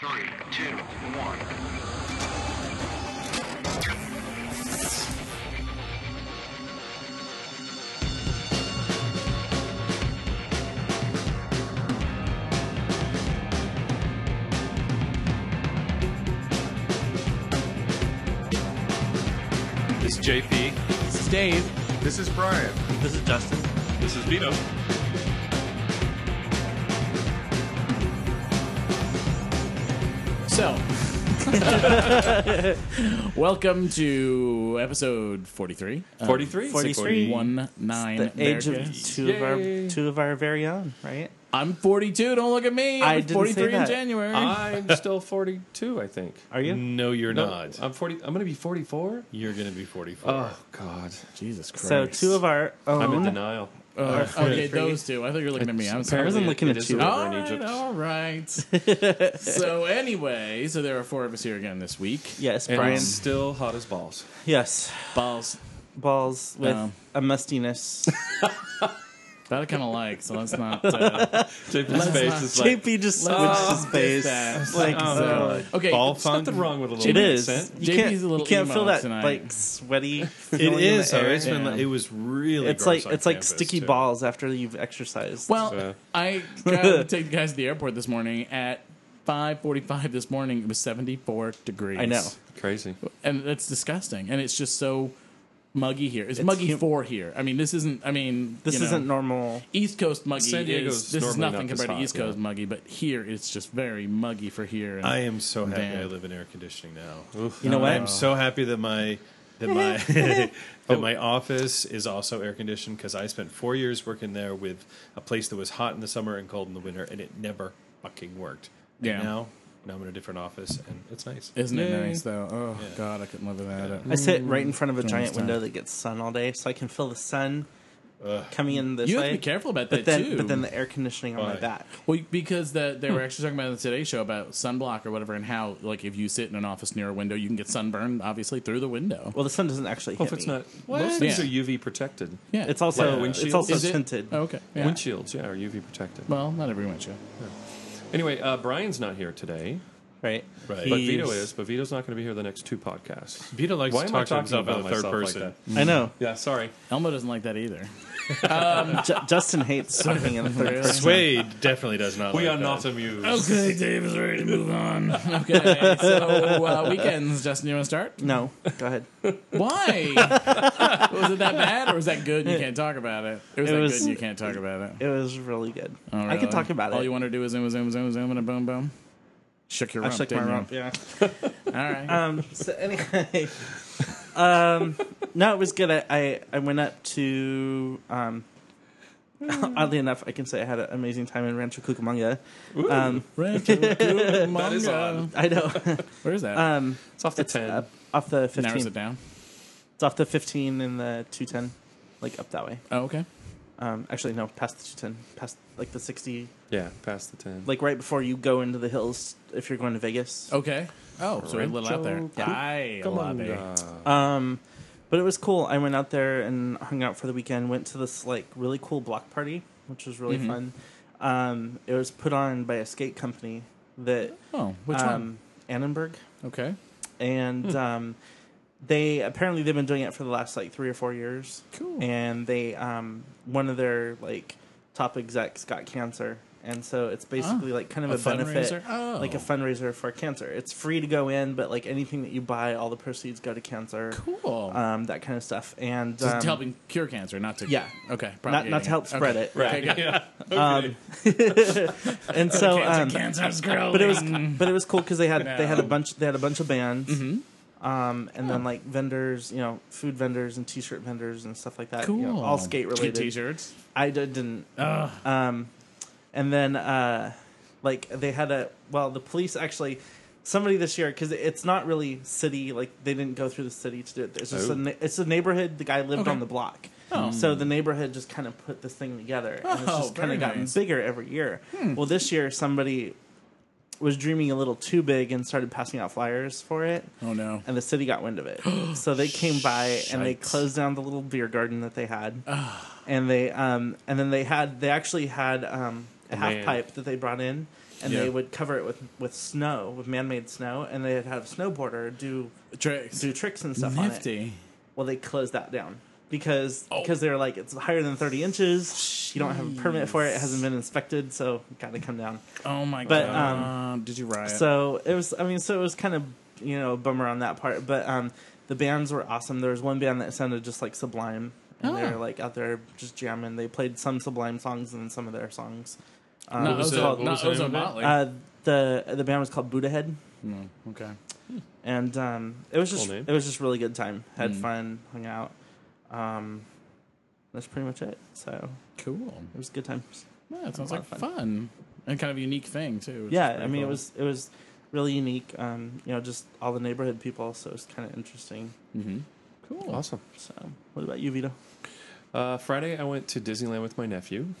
Three, two, one. This is JP. This is Dave. This is Brian. This is Dustin. This is Vito. So, welcome to episode 43. Uh, 43? 43. One nine. the age of America. two of Yay. our two of our very own, right? I'm 42. Don't look at me. I I'm didn't say 43 in that. Uh, January. I'm still 42, I think. Are you? No, you're No, not. I'm 40. I'm going to be 44. You're going to be 44. Oh God, Jesus Christ. So two of our own. I'm in denial. Uh, okay, 43. those two. I thought you were looking at me. I was I like, wasn't It- looking it at is you. a river all in right, all Egypt. right. so anyway, so there are four of us here again this week. yes, And Brian. it's still hot as balls. Yes, Balls balls with Um. a mustiness. that I kind of like. So let's not. Uh, JP's face not- is like JP just switched his face. that. Like so. okay, Ball there's funk. nothing wrong with a little it is. accent. You JP can't, is a you little can't emo feel that tonight. like sweaty. it is. In Though. the air. It's been. Yeah. Like, it was really. It's gross like on it's like campus, sticky too. balls after you've exercised. Well, So- I got to take guys to the airport this morning at 5:45 this morning. It was 74 degrees. I know. Crazy. and that's disgusting. And it's just so muggy here. It's, It's muggy hum- for here. I mean, this isn't. I mean, This you know, isn't normal. East Coast muggy. San Diego's is, this is normally nothing not this compared to hot, East Coast muggy, but here it's just very muggy for here. And I am so happy Man. I live in air conditioning now. You know what? I'm so happy that my that my that Oh. my office is also air conditioned because I spent four years working there with a place that was hot in the summer and cold in the winter, and it never fucking worked. And Yeah. now, now I'm in a different office, and it's nice. isn't it Yay. nice though? Oh God, I couldn't live without it. I sit right in front of a During giant this time. window that gets sun all day, so I can feel the sun coming in this You way. have to be careful about that but then, too. but then the air conditioning on Why? my back. Well, because the, they were actually talking about it on the Today Show about sunblock or whatever, and how like if you sit in an office near a window, you can get sunburned obviously through the window. Well, the sun doesn't actually Well, hit Oh, if it's me. not, most Yeah. things are UV protected. yeah, It's also Like it's also Is it- tinted. oh, okay. Yeah. Windshields, yeah, are UV protected. Well, not every windshield. Anyway, uh, Brian's not here today, Right. Right. but He's- Vito is. But Vito's not going to be here the next two podcasts. Vito likes Why to am I talk to talking himself about in the third myself like person. that? I know. Yeah, sorry. Elmo doesn't like that either. Ju- Justin hates talking in the third Really? person. Wade definitely does not. We like are that. not amused. Okay, Dave is ready to move on. Okay, so uh, weekends, Justin, you want to start? No, go ahead. Why was it that bad, or was that good? and You can't talk about it. It was It that was- good. and You can't talk about it. It was really good. Oh, I really? can talk about All it. you want to do is zoom, zoom, zoom, zoom, and a boom, boom. Shook your I rump. shook my didn't you? rump. Yeah. All right. Um. So anyway, um, no, it was good. I I, I went up to um. Oddly enough, I can say I had an amazing time in Rancho Cucamonga. Um, that That is odd. I know. Where is that? Um, It's off the ten. up, off the Narrows fifteen. it down. It's off the fifteen and the two ten, like up that way. Oh, okay. Um, actually, no, past the two ten, past like the sixty, yeah, past the ten. like right before you go into the hills if you're going to Vegas. Okay. Oh, so a little out there. Rancho I love it. Uh, Um, but it was cool. I went out there and hung out for the weekend. Went to this like really cool block party, which was Mm-hmm. really fun. Um, it was put on by a skate company that Oh, which one? Hmm. um, Annenberg, Okay. and um, they apparently they've been doing it for the last like three or four years. Cool. And they um, one of their like top execs got cancer. And so it's basically like kind of Ah. a a, fundraiser? benefit, Oh. like a fundraiser for cancer. It's free to go in, but like anything that you buy, all the proceeds go to cancer Cool. um, that kind of stuff. And So um, it's helping cure cancer, not to yeah. Okay, not not to help spread it. Right. Okay, good. And so, cancer, um, cancer's growing. but it was but it was cool because they had they had No. a Mm-hmm. bunch they had a bunch of bands, um, and then like vendors, you know, food vendors and T-shirt vendors and stuff like that. you know, all skate Get related. T-shirts. I did, didn't. Um, and then uh, like they had a well, the police actually. Somebody this year because it's not really city like they didn't go through the city to do it. It's just a, Oh. na- it's a neighborhood. The guy lived Okay. on the block, Oh. so the neighborhood just kind of put this thing together, and it's Oh, just kind very of gotten nice. Hmm. bigger every year. Well, this year somebody was dreaming a little too big and started passing out flyers for it, Oh no. and the city got wind of it. so they came by and they Shite. closed down the little beer garden that they had, and they um and then they had they actually had um a half man. pipe that they brought in. and Yeah. they would cover it with with snow, with man made snow, and they'd have a snowboarder do Tricks. do tricks and stuff on it. Nifty. Oh. Well, they closed that down because because they were like it's higher than thirty inches. You don't have a permit for it. It hasn't been inspected, so got to come down. Oh my But, um, god! Did you riot? So it was. I mean, so it was kind of you know a bummer on that part. But um, the bands were awesome. There was one band that sounded just like Sublime, and they Oh. were like out there just jamming. They played some Sublime songs and then some of their songs. Um, not What was Ozo, the- called- what not was the name Ozo of it? Motley. uh, the the band was called Buddha Head, No, okay. and um, it was just Cool name. it was just really good time. Had fun, hung out. Um, that's pretty much it. So Cool. it was good times. Yeah, it sounds a lot like of fun. fun. and kind of a unique thing too. which is yeah, I pretty mean cool. it was it was really unique. Um, you know, just all the neighborhood people. So it was kind of interesting. cool. Awesome. So what about you, Vito? Uh, Friday, I went to Disneyland with my nephew.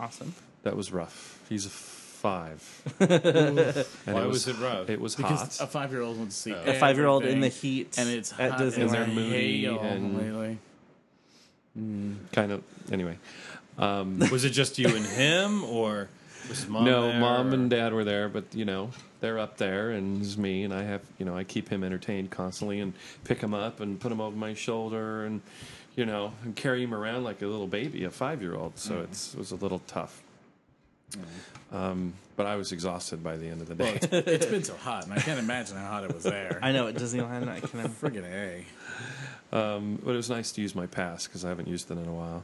Awesome. That was rough. He's a five. And Why was it rough? It was Because a hot. five year old wants to see A five year old in the everything, heat and it's at hot as Disneyland. they're moody hell and- lately. Kind of. Anyway. Um, was it just you and him, or was his mom? no, there, mom or- and dad were there, but you know they're up there, and it's me, and I have you know I keep him entertained constantly, and pick him up and put him over my shoulder, and you know and carry him around like a little baby, a five year old. Mm. So it's it was a little tough. Um, but I was exhausted by the end of the day. it's been so hot, and I can't imagine how hot it was there. I know at Disneyland. I can. Friggin' a. Um, but it was nice to use my pass because I haven't used it in a while.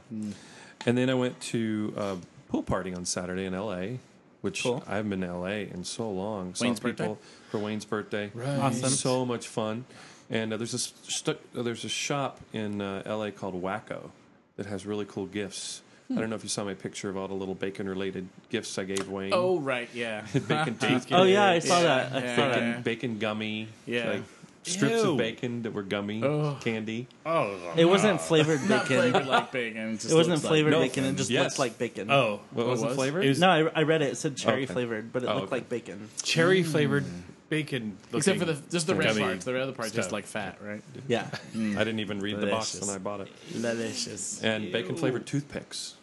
And then I went to a pool party on Saturday in L.A., which Cool. I haven't been to L.A. in so long. Saw Wayne's birthday? for Wayne's birthday. Right. Awesome. So much fun. And uh, there's a st- uh, there's a shop in uh, L.A. called Wacko that has really cool gifts. I don't know if you saw my picture of all the little bacon related gifts I gave Wayne. Oh right, yeah. bacon toothpaste, Oh yeah, I saw Yeah. that. I Yeah. saw bacon, that. bacon gummy, Yeah. like strips Ew. of bacon that were gummy Ugh. candy. oh, It wasn't flavored Not bacon. flavored like bacon. just It wasn't looks like- flavored No, bacon. It just yes. looked like bacon. oh, What, What was the was? flavor? Is- No, I, I read it. It said cherry Okay. flavored, but it Oh, looked okay. like bacon. cherry flavored Mm. bacon. Except for looking- the just the red Gummy part. The other part just stuff. like fat, right? Yeah, I didn't even read the box Delicious. when I bought it. Delicious. And bacon flavored toothpicks,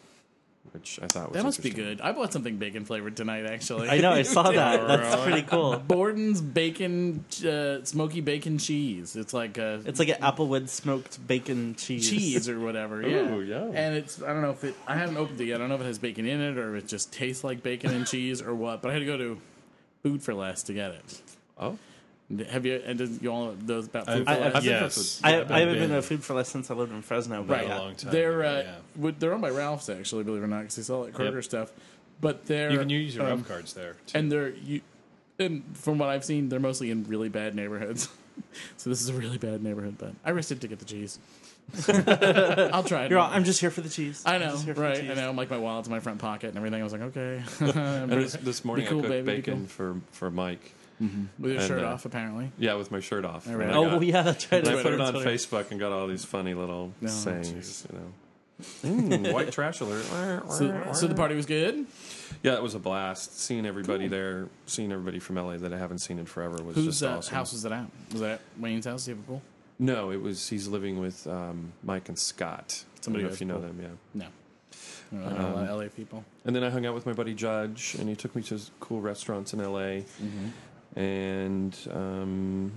which I thought was That must be interesting. good. I bought something bacon flavored tonight, actually. I know. I saw that. That's pretty cool. Borden's bacon, uh, smoky bacon cheese. It's like a It's like an applewood smoked bacon cheese. cheese or whatever. Yeah. Ooh, yeah. And it's I don't know if it I haven't opened it yet. I don't know if it has bacon in it or if it just tastes like bacon and cheese or what. But I had to go to Food for Less to get it. Oh, Have you and did you all know those about Food I- for I've Less? been yes, I, I haven't been to food for less since I lived in Fresno. But right. yeah. a long time They're ago, uh, yeah. would- they're owned by Ralph's actually, believe it or not, because they sell like Kroger Yep. stuff. But they're You can use your um, rough cards there. Too. and they're you and from what i've seen they're mostly in really bad neighborhoods so this is a really bad neighborhood but i risked it to get the cheese i'll try it You're all, I'm just here for the cheese. i I'm know just here for the right i cheese." know i'm like my wallet's in my front pocket and everything i was like okay and this, this morning cool, I cooked baby, be bacon cool. for for Mike. with your And, shirt uh, off apparently Yeah, with my shirt off. read And it. I Oh got- yeah, that's right. and I put Twitter, it on Twitter. Facebook and got all these funny little No, sayings. You know, Mm, white trash alert. so, so the party was good yeah, it was a blast. Seeing everybody there, seeing everybody from LA that I haven't seen in forever was whose just uh, awesome. house was it at was that wayne's house do you have a pool No, it was he's living with um, Mike and Scott. Somebody I who don't know if you know them, yeah. no I don't know, uh, a Um, lot of la people And then I hung out with my buddy Judge, and he took me to s- cool restaurants in LA, mm-hmm. and um,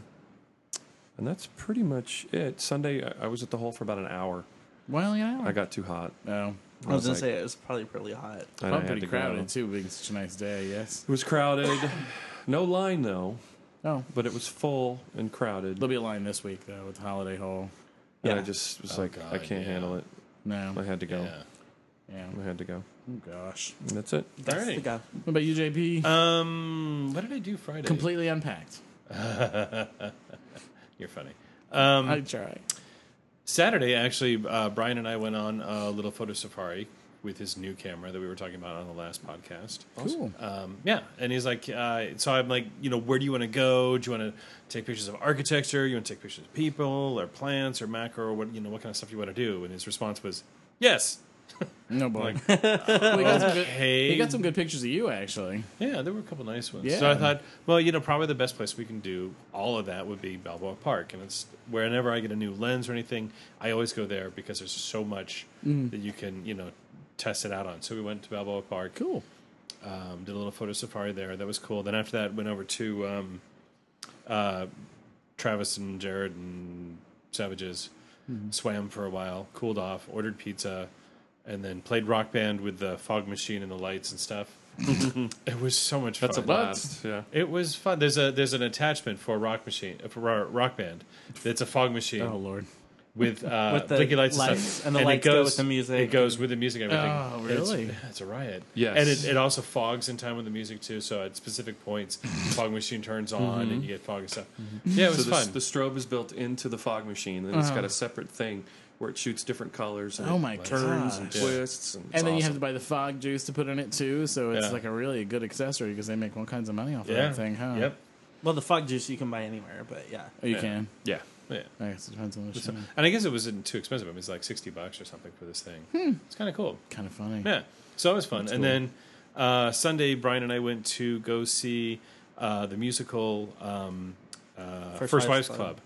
and that's pretty much it. Sunday, I, I was at the hole for about an hour. well you know I got too hot. oh I was was gonna like- say it was probably really hot. and I probably had pretty to go. crowded too being such a nice day yes It was crowded, no line though, oh but it was full and crowded. there'll be a line this week though with holiday hall And Yeah. I just was Oh, like, I God, can't yeah. handle it. I no had to go. yeah. yeah I had to go. oh gosh And that's it. That's Alrighty. the guy. What about you, Uh, JP? Um, what did I do Friday? Completely unpacked. You're funny. Um, I try. Saturday, actually, uh, Brian and I went on a little photo safari with his new camera that we were talking about on the last podcast. Cool. Um, yeah, and he's like, uh, so I'm like, you know, where do you want to go? Do you want to take pictures of architecture? You want to take pictures of people or plants or macro or what? You know, what kind of stuff you want to do? And his response was, yes. No boy. Like, we got some good, okay. we got some good pictures of you actually. Yeah, there were a couple nice ones. Yeah. So I thought, well, you know, probably the best place we can do all of that would be Balboa Park, and it's whenever I get a new lens or anything, I always go there because there's so much that you can, you know, test it out on. So we went to Balboa Park. Cool. Um, did a little photo safari there. That was cool. Then after that, went over to um, uh, Travis and Jared and Savages. Mm-hmm. Swam for a while, cooled off, ordered pizza, and then played rock band with the fog machine and the lights and stuff. it was so much That's a fun. blast. Yeah. It was fun. There's a there's an attachment for rock machine for Ro- rock band. It's a fog machine Oh lord. with, uh, With the blinky lights, and, lights stuff. and the it lights go with the music. It goes with the music. And everything. Oh, And it's- really? yeah, it's a riot. Yes. and it, it also fogs in time with the music too. So at specific points, the fog machine turns Mm-hmm. on and you get fog and stuff. Yeah, it So was the, fun. the strobe is built into the fog machine, and it's Uh-huh. got a separate thing where it shoots different colors. And Oh it my Turns ah, and gosh. twists, and, it's and then you have awesome. to buy the fog juice to put in it too, so it's Yeah. like a really good accessory because they make all kinds of money off of yeah. that thing, huh? Yep. Well, the fog juice you can buy anywhere, but yeah. Oh, you Yeah. can. yeah. Yeah. I guess it depends on the Mm-hmm. So- machine. and I guess it wasn't too expensive. I mean, it's like sixty bucks or something for this thing. Hmm. It's kind of cool. Kind of funny. Yeah, so that was fun. and then uh, Sunday, Brian and I went to go see uh, the musical um, uh, First, First Wives Wives Club,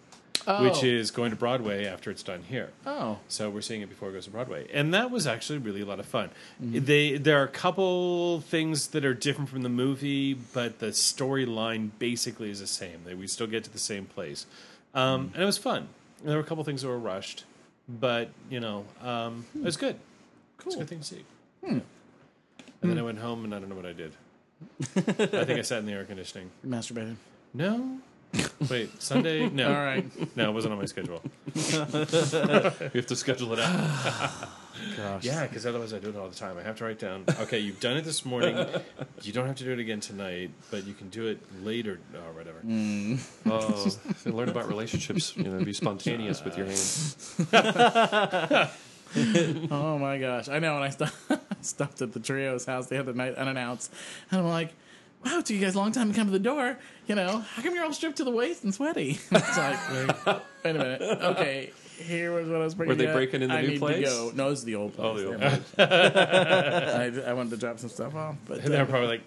Club. which Oh. is going to Broadway after it's done here. Oh. So we're seeing it before it goes to Broadway, and that was actually really a lot of fun. Mm-hmm. They there are a couple things that are different from the movie, but the storyline basically is the same. They, we still get to the same place, Mm-hmm. um, and it was fun. And there were a couple things that were rushed, but you know, um, it was good. Cool, it's a good thing to see. Hmm. Yeah. And then I went home, and I don't know what I did. I think I sat in the air conditioning. Masturbated. No. Wait, Sunday? No. All right. No, it wasn't on my schedule. You have to schedule it out. Yeah, because otherwise I do it all the time. I have to write down. Okay, you've done it this morning. you don't have to do it again tonight, but you can do it later or whatever. Oh, learn about relationships. You know, be spontaneous with your hands. Oh my gosh. I know when I sto- stopped at the trio's house the other night unannounced, and I'm like, wow, it took you guys a long time to come to the door. You know, how come you're all stripped to the waist and sweaty? it's like, wait, wait a minute. Okay, here was what I was breaking Were they up. breaking in the I new need place? Oh. To go. No, it's the old place. the old Never mind. I, I wanted to drop some stuff off, but And uh, they're probably like,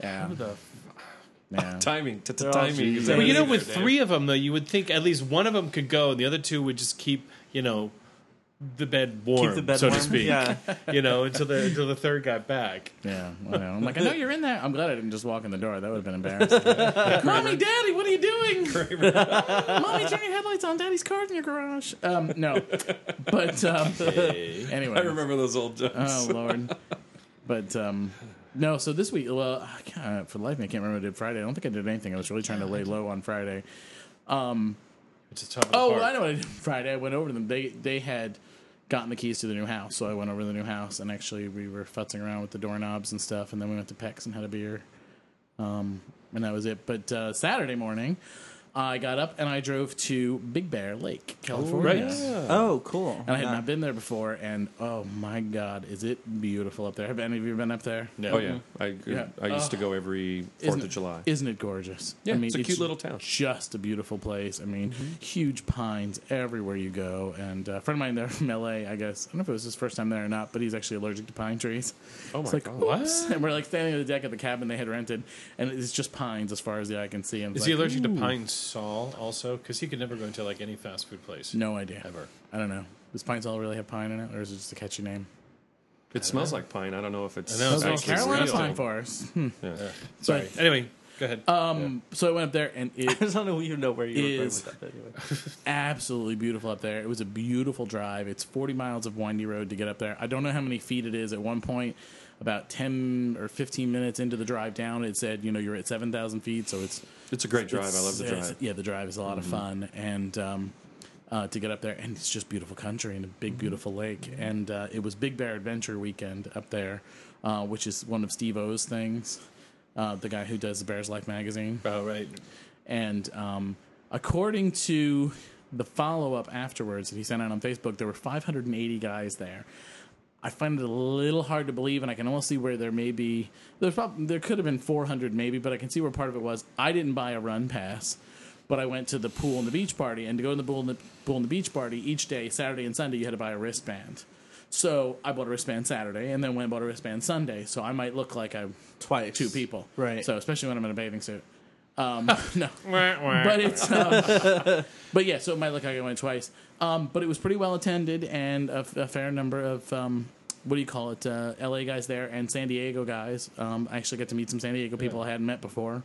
yeah. yeah. Timing, t- t- all timing. G's. is Well, well, you everything know, with there, Dave. three of them though, you would think at least one of them could go, and the other two would just keep, you know, the bed warm, Keep the bed so warm. to speak. Yeah. You know, until the until the third got back. Yeah, I know. I'm like, I know you're in there. I'm glad I didn't just walk in the door. That would have been embarrassing. Mommy, Daddy, what are you doing? Mommy, turn your headlights on. Daddy's car's in your garage. Um, no, but um, anyway, I remember those old jokes. Oh Lord, but um, no. So this week, well, I can't, for the life of me, I can't remember what I did Friday. I don't think I did anything. I was really trying to lay low on Friday. It's a top of the Oh, park. I know. what I did Friday, I went over to them. They they had gotten the keys to the new house, so I went over to the new house and actually we were futzing around with the doorknobs and stuff, and then we went to Peck's and had a beer, um, and that was it. But uh, Saturday morning, I got up and I drove to Big Bear Lake, California. right. Oh, cool. And I had Yeah. not been there before, and oh my God, is it beautiful up there? Have any of you been up there? No. Oh yeah, I Yeah. I used to go every Isn't Fourth of it- July. Isn't it gorgeous? Yeah, it's a cute little town. Mm-hmm. Just a beautiful place. I mean, huge pines everywhere you go. And uh, a friend of mine there from LA, I guess, I don't know if it was his first time there or not, but he's actually allergic to pine trees. oh my It's like, god, "Oops." And we're like standing on the deck of the cabin they had rented, and it's just pines as far as the eye can see. And Is it's he like, allergic "Ooh." to pine Sol also? Because he could never go into like any fast food place. No idea. Ever. I don't know. Does pine all really have pine in it, or is it just a catchy name? it smells like pine. I don't know if I it's know, it's actually like Carolina real. disgusting. Pine Forest. Hmm. Yeah. Sorry. Uh, Anyway, go ahead. Um, So I went up there, and it I don't know you know where you were going Is- with that, but anyway. absolutely beautiful up there. It was a beautiful drive. It's 40 miles of windy road to get up there. I don't know how many feet it is at one point. About 10 or 15 minutes into the drive down, it said, you know, you're at 7,000 feet. So it's. It's a great drive. I love the it's- drive. Mm-hmm. Yeah, the drive is a lot of fun. And um, uh, to get up there, and it's just beautiful country and a Mm-hmm. big, beautiful lake. And uh, it was Big Bear Adventure Weekend up there, uh, which is one of Steve O's things, uh, the guy who does the Bears Life magazine. oh right. And um, according to the follow up afterwards that he sent out on Facebook, there were 580 guys there. I find it a little hard to believe, and I can almost see where there may be. There's probably there could have been 400 maybe, but I can see where part of it was. I didn't buy a run pass, but I went to the pool and the beach party, and to go to the pool and the pool and the beach party each day, Saturday and Sunday, you had to buy a wristband. So I bought a wristband Saturday, and then went and bought a wristband Sunday. So I might look like I Twice. two people, Right. So especially when I'm in a bathing suit. Um, no, but it's um, but yeah so it might look like i went twice um, but it was pretty well attended and a, f- a fair number of um, what do you call it? Uh, L.A. guys there and San Diego guys. Um, I actually got to meet some San Diego people I hadn't met before,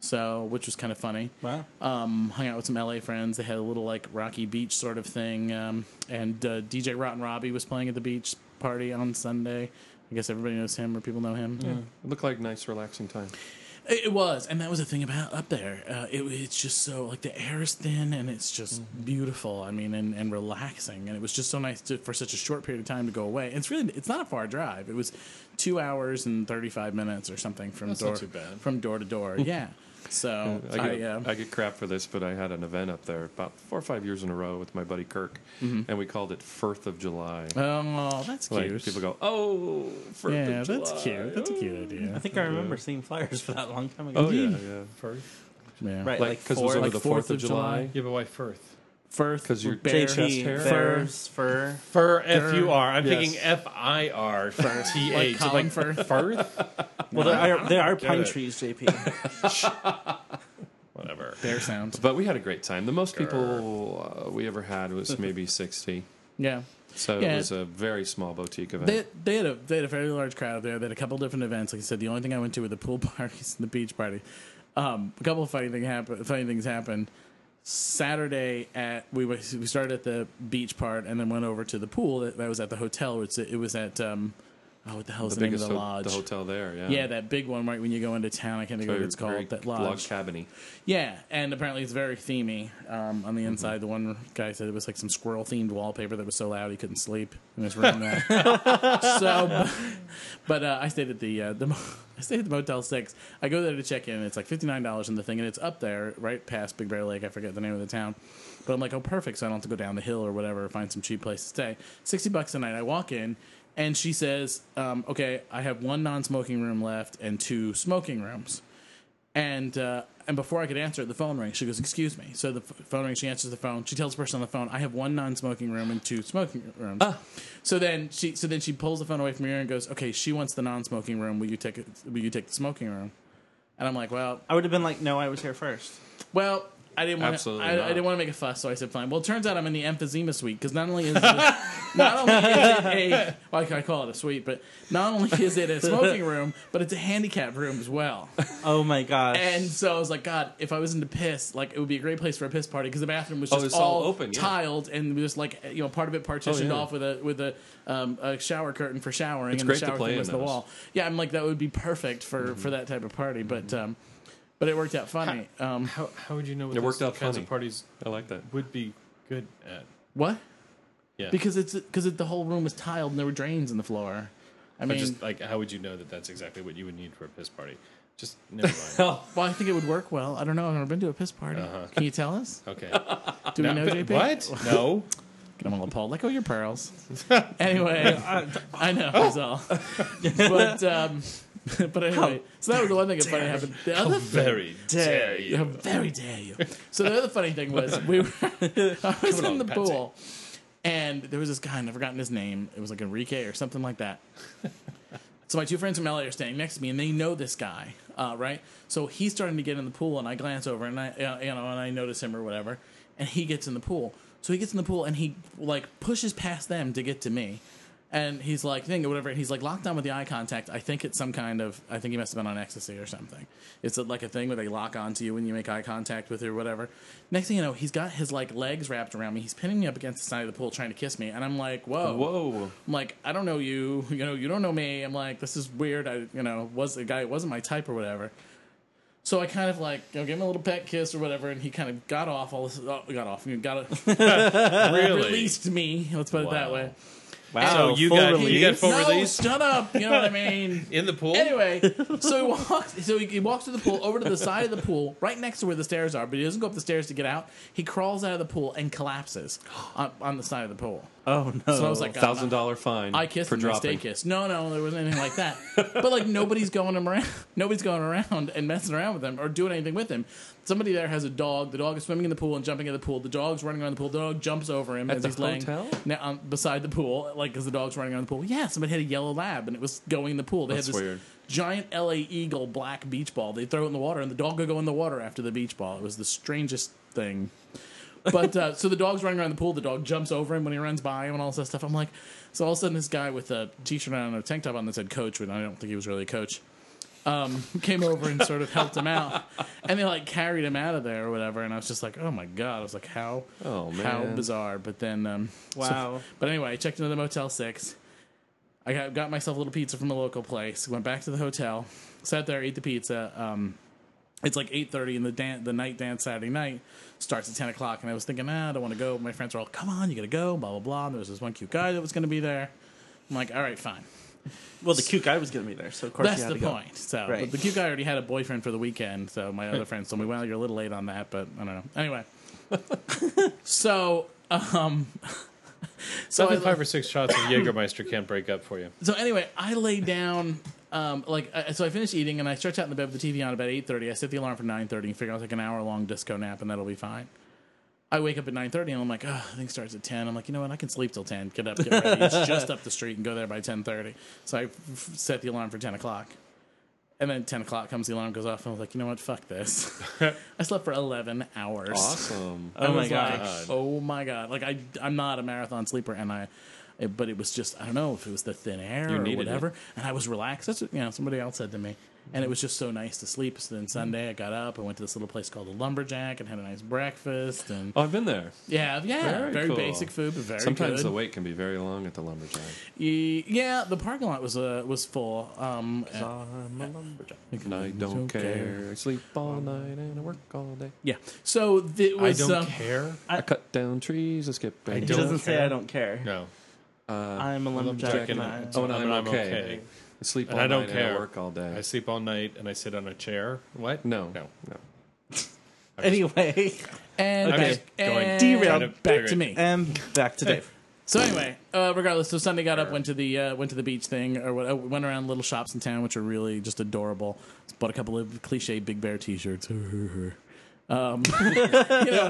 so which was kind of funny. Wow. Um, hung out with some LA friends. They had a little like Rocky Beach sort of thing, um, and uh, DJ Rotten Robbie was playing at the beach party on Sunday. I guess everybody knows him or people know him. It looked like nice, relaxing time. It, it was, and that was the thing about up there. Uh, it, it's just so like the air is thin, and it's just Mm-hmm. beautiful. I mean, and, and relaxing, and it was just so nice to, for such a short period of time to go away. And it's really it's not a far drive. It was two hours and thirty five minutes or something from That's not door too bad. from door to door. yeah. So I get, I, uh, I get crap for this, but I had an event up there about four or five years in a row with my buddy Kirk, and we called it Firth of July. oh, that's like cute. people go, oh, Firth yeah, of July. that's cute. That's a cute I idea. think I remember seeing flyers for that a long time ago. Oh yeah, yeah. Firth. Yeah. Right, Like like, because it four, was over like the Fourth Fourth of of July. July. Yeah, but why Firth? Firth 'Cause you're bear chest JP, hair. furs, fur. Fur F U R. I'm Yes. thinking F I R T Like H. Colin Firth. Firth. Well, there are, there are pine it. trees, JP. Whatever. Bear sound. But we had a great time. The most people uh, we ever had was maybe sixty. Yeah. So Yeah. it was a very small boutique event. They, they had a they had a fairly large crowd up there. They had a couple different events. Like I said, the only thing I went to were the pool parties and the beach party. Um, a couple of funny thing happened. Funny things happened. Saturday at we were, we started at the beach part and then went over to the pool that, that was at the hotel. Which it was at um, oh what the hell is the, name of the ho- lodge? the hotel there. Yeah, yeah, that big one right when you go into town. I can't think of what it's Very- very called. That log lodge. cabiny. Yeah, and apparently it's very themey um, on the inside. The one guy said it was like some squirrel themed wallpaper that was so loud he couldn't sleep in his room. there. so, but, but, uh, I stayed at the uh, the mo- I stayed at the Motel Six. I go there to check in. It's like fifty nine dollars in the thing, and it's up there right past Big Bear Lake. I forget the name of the town, but I'm like, oh, perfect. So I don't have to go down the hill or whatever. Find some cheap place to stay. Sixty bucks a night. I walk in. And she says, um, "Okay, I have one non-smoking room left and two smoking rooms." And uh, and before I could answer it, the phone rings. She goes, "Excuse me." So the f- phone rings. She answers the phone. She tells the person on the phone, "I have one non-smoking room and two smoking rooms." So then she so then she pulls the phone away from her and goes, "Okay, she wants the non-smoking room. Will you take it? Will you take the smoking room?" And I'm like, "Well, I would have been like, no, I was here first. well." I didn't want. Absolutely I, I not. didn't want to make a fuss, so I said, "Fine." Well, it turns out I'm in the emphysema suite because not only is it a, not only is it a well, I call it a suite, but not only is it a smoking room, but it's a handicap room as well. Oh my gosh. And so I was like, God, if I was into piss, like it would be a great place for a piss party because the bathroom was Oh, just it's all, all open, yeah. tiled and just like you know part of it partitioned Oh, yeah. off with a with a, um, a shower curtain for showering and great the to shower play thing in was the those. Mm-hmm. wall. Yeah, I'm like that would be perfect for for that type of party, but um, but it worked out funny. Um, How, how would you know what It those worked out kinds funny. of parties I like that. would be good at? what? Yeah. Because it's because it, the whole room was tiled and there were drains in the floor. I But mean, just like, how would you know that that's exactly what you would need for a piss party? Just never mind. well, I think it would work well. I don't know. I've never been to a piss party. Uh-huh. Can you tell us? Okay. Do we know JP? What? No. Get them all Paul. Let go of your pearls. anyway, I know that's all. but um, but anyway, so that was the one thing that funny happened. The other Very dare you. how very dare you. So the other funny thing was we were I was in on, the Patsy. pool and there was this guy, and I've forgotten his name. It was like Enrique or something like that. So my two friends from LA are standing next to me, and they know this guy, uh, right? So he's starting to get in the pool, and I glance over, and I, uh, you know, and I notice him or whatever, and he gets in the pool. So he gets in the pool, and he like pushes past them to get to me, and he's like, thing or whatever. And he's like locked on with the eye contact. I think it's some kind of, I think he must have been on ecstasy or something. It's uh, like a thing where they lock onto you when you make eye contact with you or whatever. Next thing you know, he's got his like legs wrapped around me. He's pinning me up against the side of the pool, trying to kiss me, and I'm like, whoa, Whoa, I'm like, I don't know you. You know, you don't know me. I'm like, this is weird. I, you know, was the guy wasn't my type or whatever. So I kind of like, you know, gave him a little pet kiss or whatever, and he kind of got off. All this, oh, got off. He got Really? released me. Let's put it that Wow. way. So you full got you release? got full no, release shut up. You know what I mean? in the pool. Anyway, so he walks. So he, he walks to the pool, over to the side of the pool, right next to where the stairs are. But he doesn't go up the stairs to get out. He crawls out of the pool and collapses on, on the side of the pool. oh no. So I was like, God, thousand dollar fine. I kissed for him. They dropping. kiss. No, no, there wasn't anything like that. but like nobody's going him around. Nobody's going around and messing around with him or doing anything with him. Somebody there has a dog. The dog is swimming in the pool and jumping in the pool. The dog's running around the pool. The dog jumps over him as the he's laying hotel? na- um, beside the pool, like as the dog's running around the pool. Yeah, somebody had a yellow lab and it was going in the pool. They That's had this weird. giant LA Eagle black beach ball. They throw it in the water and the dog would go in the water after the beach ball. It was the strangest thing. But uh, so the dog's running around the pool. The dog jumps over him when he runs by him and all this stuff. I'm like, so all of a sudden this guy with a t-shirt on and a tank top on that said coach, but I don't think he was really a coach, um, came over and sort of helped him out. And they like carried him out of there or whatever. And I was just like, oh my god. I was like, how Oh, how man. bizarre. But then um, so- Wow. but anyway, I checked into the Motel Six. I got, got myself a little pizza from a local place. Went back to the hotel, sat there, ate the pizza. Um, it's like eight thirty, and the dan- the night dance Saturday night starts at ten o'clock. And I was thinking, ah, I don't want to go. My friends were all, "Come on, you gotta go." Blah blah blah. And there was this one cute guy that was gonna be there. I'm like, all right, fine. Well, the cute guy was going to be there, so of course That's he had the to go. point. So Right. but the cute guy already had a boyfriend for the weekend. So my other friends told me, "Well, you're a little late on that," but I don't know. Anyway, so um, so Seven, I- five or six shots of Jägermeister can't break up for you. so anyway, I lay down. Um, like I so, I finish eating and I stretch out in the bed with the TV on about eight thirty. I set the alarm for nine thirty and figure I'll take an hour long disco nap and that'll be fine. I wake up at nine thirty and I'm like, oh, I think starts at ten. I'm like, you know what? I can sleep till ten. Get up, get ready. it's just up the street and go there by ten thirty. So I f- f- set the alarm for ten o'clock. And then ten o'clock comes, the alarm goes off, and I was like, you know what? Fuck this. I slept for eleven hours. Awesome. Oh I my was gosh. like, oh my god! Like I, I'm not a marathon sleeper, and I, it- but it was just I don't know if it was the thin air You or needed whatever, and I was relaxed. That's what, you know somebody else said to me, and it was just so nice to sleep. So then Sunday I got up, I went to this little place called the Lumberjack and had a nice breakfast, and Oh, I've been there. yeah, yeah, Very very, cool. basic food, but very Sometimes good. the wait can be very long at the lumberjack. Ye- yeah, the parking lot was uh, was full. Um, And I don't care. I sleep all night and I work all day. yeah, so th- it I was. don't um, care. I, cut down trees. I skip. I He don't doesn't say care. I don't care. No. I'm a Lumberjack lumberjack and and I. it's Oh, and I'm- I'm, I'm okay. okay. I sleep all And I don't night and care. I work all day. I sleep all night and I sit on a chair. What? no, No. no. Oh, Anyway, and Okay. back, Going and derailed. back to me. and um, back to Dave. So anyway, uh, regardless, so Sunday got up, went to the uh, went to the beach thing, or what, uh, went around little shops in town, which are really just adorable. Bought a couple of cliche Big Bear T-shirts. um, you know what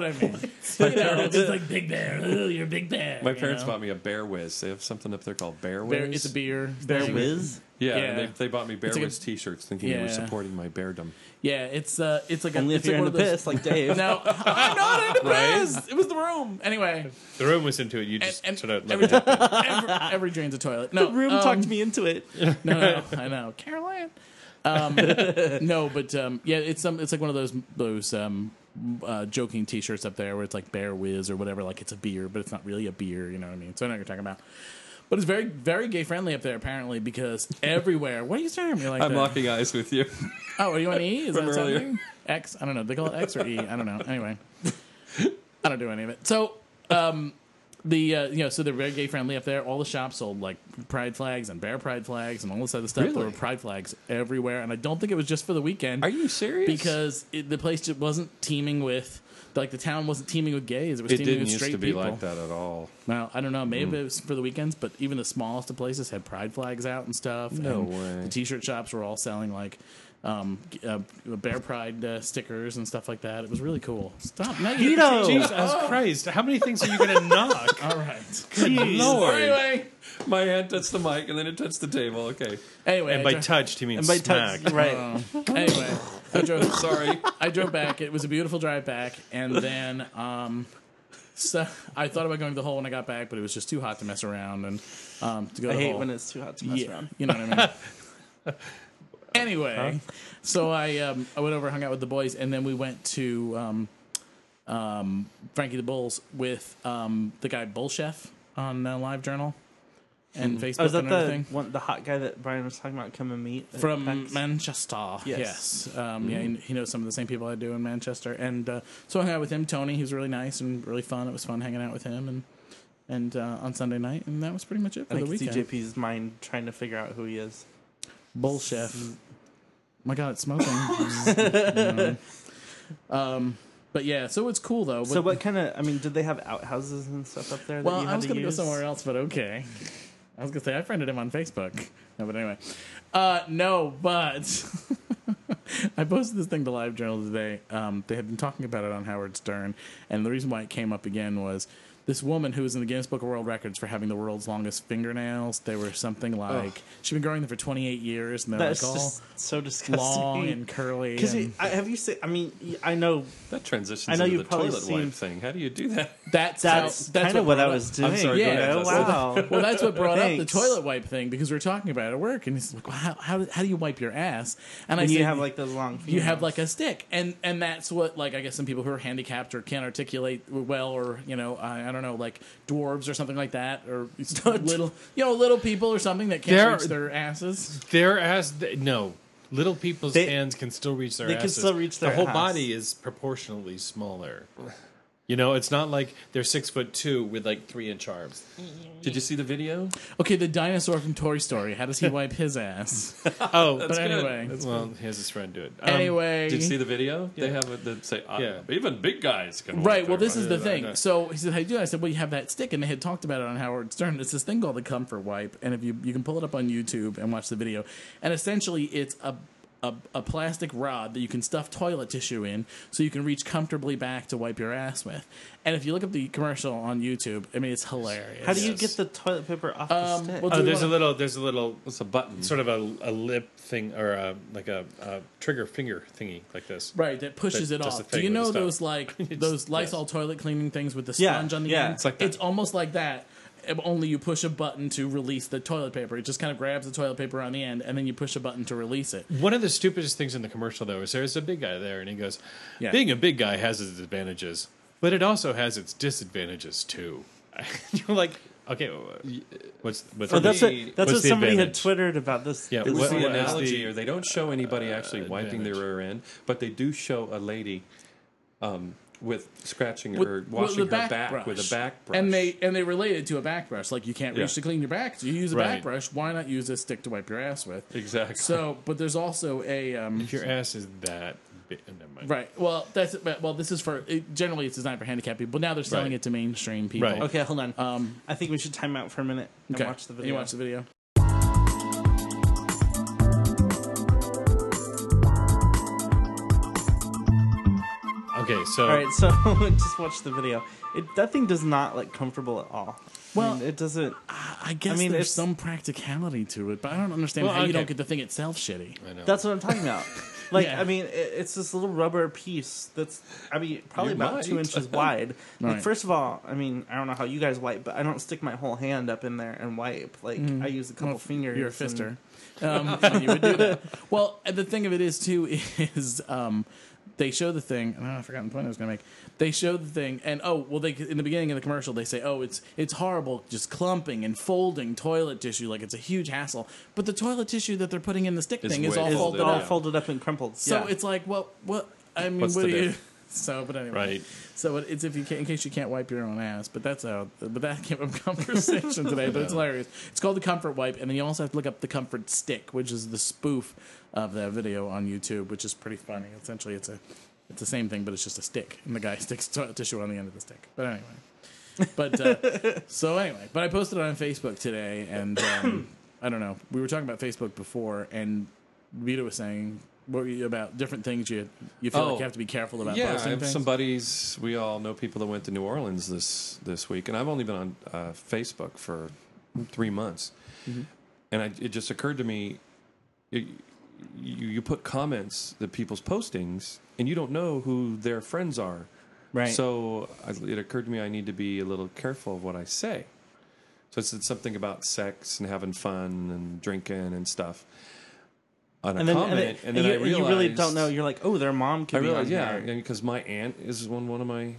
I mean? you know, just like Big Bear. Ooh, you're a Big Bear. My you parents know? bought me a Bear Whiz. They have something up there called Bear Whiz. Bear, it's a beer. Bear thing. Whiz. Yeah, Yeah. They, they bought me Bear It's like a- Whiz T-shirts, thinking they were Yeah. supporting my beardom. Yeah, it's uh, it's like Only a, if it's you're like into one of those- piss like Dave. No, I'm not into Right? piss. It was the room. Anyway, The room was into it. You just and- sort of let every it happen. every, every drain's a toilet. No, The room um, talked me into it. no, no, I know, Caroline. Um, no, but um, yeah, it's um, it's like one of those those um, uh, joking T-shirts up there where it's like Bear Whiz or whatever. Like it's a beer, but it's not really a beer. You know what I mean? So I know what you're talking about. But it's very very gay friendly up there apparently because everywhere. what are you staring at me like I'm that? locking eyes with you. Oh, are you on E? Is From that earlier. something? X? I don't know. They call it X or E. I don't know. Anyway, I don't do any of it. So, um, the uh, you know, so they're very gay friendly up there. All the shops sold like pride flags and bear pride flags and all this other stuff. There Really? were pride flags everywhere, and I don't think it was just for the weekend Are you serious? because it, the place just wasn't teeming with like the town wasn't teeming with gays. It was it teeming didn't with used straight to be people. like that at all. Well, I don't know. Hmm. Maybe it was for the weekends, but even the smallest of places had pride flags out and stuff. No and way. The t-shirt shops were all selling like um, g- uh, bear pride uh, stickers and stuff like that. It was really cool. Stop. Now you Jesus Christ. How many things are you going to knock? All right. Lord. Anyway, My hand touched the mic and then it touched the table. Okay, anyway, And I by dro- Oh. touched, he means And by smack. touch, right. anyway, I drove. sorry. I drove back. It was a beautiful drive back, and then um, so I thought about going to the hole when I got back, but it was just too hot to mess around and um, to go. I to the hate hole. when it's too hot to mess yeah, around. You know what I mean? anyway, so I um, I went over, hung out with the boys, and then we went to um, um, Frankie the Bulls with um, the guy Bull Chef on uh, Live Journal and Facebook Oh, is that and the everything. one, the hot guy that Brian was talking about? Come and meet at From PAX? Manchester, yes, Yes. Hmm. Um, yeah, he- he knows some of the same people I do in Manchester, and uh, so I hung out with him. Tony, he was really nice and really fun. It was fun hanging out with him, and and uh, on Sunday night, and that was pretty much it for I the think it's weekend. DJP's mind trying to figure out who he is. Bull chef. Oh My God, it's smoking. um, but yeah, so it's cool though. But, so what kind of? I mean, did they have outhouses and stuff up there? that Well, you I had was to gonna use? go somewhere else, but okay. I was gonna say I friended him on Facebook. No, but anyway, uh, no, but I posted this thing to Live Journal today. Um, they had been talking about it on Howard Stern, and the reason why it came up again was this woman who was in the Guinness Book of World Records for having the world's longest fingernails. They were something like she'd been growing them for 28 years, and they're That's like "Oh, all just so disgusting. long and curly. Because and- have you seen? I mean, y- I know That transitions I know into you've the probably toilet seen- wipe thing. How do you do that? that's that's, how- kind of what I brought was up- doing. sorry, you go ahead, know? Leslie. Wow. Well, that's what brought up the Thanks. toilet wipe thing because we were talking about it at work, and he's like, well, how, how, how do you wipe your ass? And I and you said, have like those long. you fingernails. have like a stick and and that's what like i guess some people who are handicapped or can't articulate well or you know i, I don't know like dwarves or something like that or little you know little people or something that can't There- reach their asses Their ass, th- no. Little people's They- hands can still reach their they can asses. still reach The their whole ass. body is proportionally smaller. You know, it's not like they're six foot two with like three inch arms. Did you see the video? okay the dinosaur from toy story how does he wipe his ass Oh, but anyway well, he has his friend do it. Um, anyway Did you see the video? They have it that say, uh, Yeah. even big guys can. Right. wipe Well, their this is the Yeah, thing. yeah. So he said, "How do you do?" that?" I said, "Well, you have that stick," and they had talked about it on Howard Stern. It's this thing called the Comfort Wipe, and if you you can pull it up on YouTube and watch the video, and essentially it's a a, a plastic rod that you can stuff toilet tissue in, so you can reach comfortably back to wipe your ass with. And if you look up the commercial on YouTube, I mean, it's hilarious. How do you Yes. get the toilet paper off Um, the stick? well, Oh, Do we there's a wanna- little, there's a little It's a button. sort of a, a lip thing or a, like a, a trigger finger thingy like this. Right, that pushes That- it that's the off. Do thing you with the know stuff. those like those Lysol toilet cleaning things with the Yeah, sponge on the yeah. end? It's like that. It's almost like that. eh, Only you push a button to release the toilet paper. It just kind of grabs the toilet paper on the end, and then you push a button to release it. One of the stupidest things in the commercial, though, is there's a big guy there, and he goes, Yeah. "Being a big guy has its advantages, but it also has its disadvantages too." You're like, okay, what's what's Oh, that's me, what that's what's what the somebody had advantage? twittered about this. Yeah, this What's what- the week. what is analogy? the- or they don't show anybody actually wiping their advantage? rear end, but they do show a lady, um, with scratching With- or with washing the back her back brush. with a back brush. And they and they relate it to a back brush. Like you can't Yeah. reach to clean your back, so you use a back Right. brush. Why not use a stick to wipe your ass with? exactly. So, but there's also a um, If your ass is that big, oh, never mind. right. Well, that's but- well. This is for it, generally it's designed for handicapped people. But now they're selling Right. it to mainstream people. Right. Okay, hold on. Um, I think we should time out for a minute and Okay. Uh, watch the You video. watch the video. Okay, so All right, so just watch the video. It, that thing does not look comfortable at all. I Well- mean, it doesn't. I guess I mean, there's it's- some practicality to it, but I don't understand Well, how you okay. don't get the thing itself shitty. I know. That's what I'm talking about. Like, Yeah. I mean, it, it's this little rubber piece that's, I mean, probably You about two might. inches wide. Like, Right. first of all, I mean, I don't know how you guys wipe, but I don't stick my whole hand up in there and wipe. Like, I use a Mm-hmm. couple Well, fingers. You're a fister. and- Um, and you would do that. Well, and the thing of it is too is um, they show the thing. And ah, I forgot the point I was going to make. They show the thing, and oh well, they in the beginning of the commercial they say, oh, it's it's horrible, just clumping and folding toilet tissue, like it's a huge hassle. But the toilet tissue that they're putting in the stick Is thing is way all It's folded all up. out. folded up and crumpled. So yeah. it's like, well, what? I mean, What's what the do you? diff? So, but anyway, Right. So it- it's if you can, in case you can't wipe your own ass, but that's how. But that came up conversation today. But it's hilarious. It's called the comfort wipe, and then you also have to look up the comfort stick, which is the spoof of that video on YouTube, which is pretty funny. Essentially, it's a it's the same thing, but it's just a stick, and the guy sticks toilet tissue on the end of the stick. But anyway, but uh, so anyway, but I posted it on Facebook today, and um, I don't know. We were talking about Facebook before, and Vito was saying what were you about different things you you feel Oh. like you have to be careful about yeah, I posting have things. some buddies. We all know people that went to New Orleans this this week, and I've only been on uh, Facebook for three months, and I, it just occurred to me, you, you you put comments that people's postings, and you don't know who their friends are. Right. So I, it occurred to me I need to be a little careful of what I say. So it's, it's something about sex and having fun and drinking and stuff. On a and then, comment, and, then, and then you, I and you realized, really don't know. You're like, oh, their mom could I be realize, on yeah, here. because my aunt is one one of my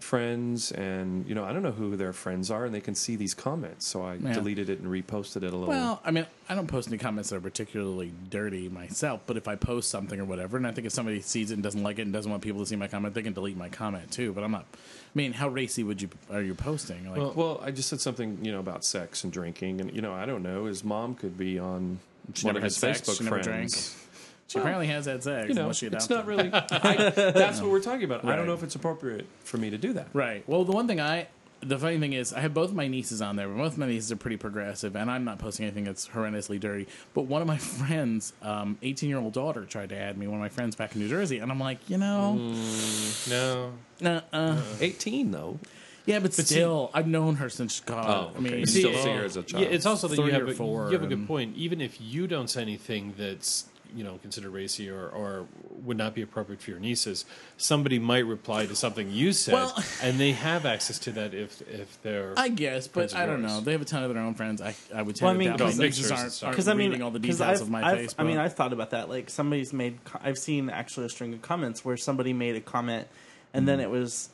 friends, and you know I don't know who their friends are, and they can see these comments, so I deleted it and reposted it a little. Well, I mean, I don't post any comments that are particularly dirty myself, but if I post something or whatever, and I think if somebody sees it and doesn't like it and doesn't want people to see my comment, they can delete my comment too. But I'm not. I mean, how racy would you are you posting? Like, well, well, I just said something you know about sex and drinking, and you know I don't know. His mom could be on one never of his had sex, Facebook she never drank. friends. she apparently has had sex. You know, unless she it's adopted. not really. I, that's what we're talking about. I Right. don't know if it's appropriate for me to do that. Right. Well, the one thing I, the funny thing is, I have both my nieces on there, but both my nieces are pretty progressive, and I'm not posting anything that's horrendously dirty. But one of my friends, um, 18 year old daughter, tried to add me, one of my friends back in New Jersey, and I'm like, you know, Mm. no, uh, uh Eighteen though. Yeah, but, still, I've known her since God. Oh, I okay. mean, You still see her as a child. uh, Yeah, it's also that Three you or have, a, four you have a and- good point. Even if you don't say anything that's you know considered racy or, or would not be appropriate for your nieces, somebody might reply to something you said, Well- and they have access to that if if they're I guess, but Friends of I don't yours. know. They have a ton of their own friends. I, I would tend Well, I to mean, doubt No, my nieces pictures and aren't, stuff. aren't Because I mean, reading all the 'cause details I've- of my I've- Facebook. I mean, I've thought about that. Like somebody's made. co- I've seen actually a string of comments where somebody made a comment, and Mm. then it was,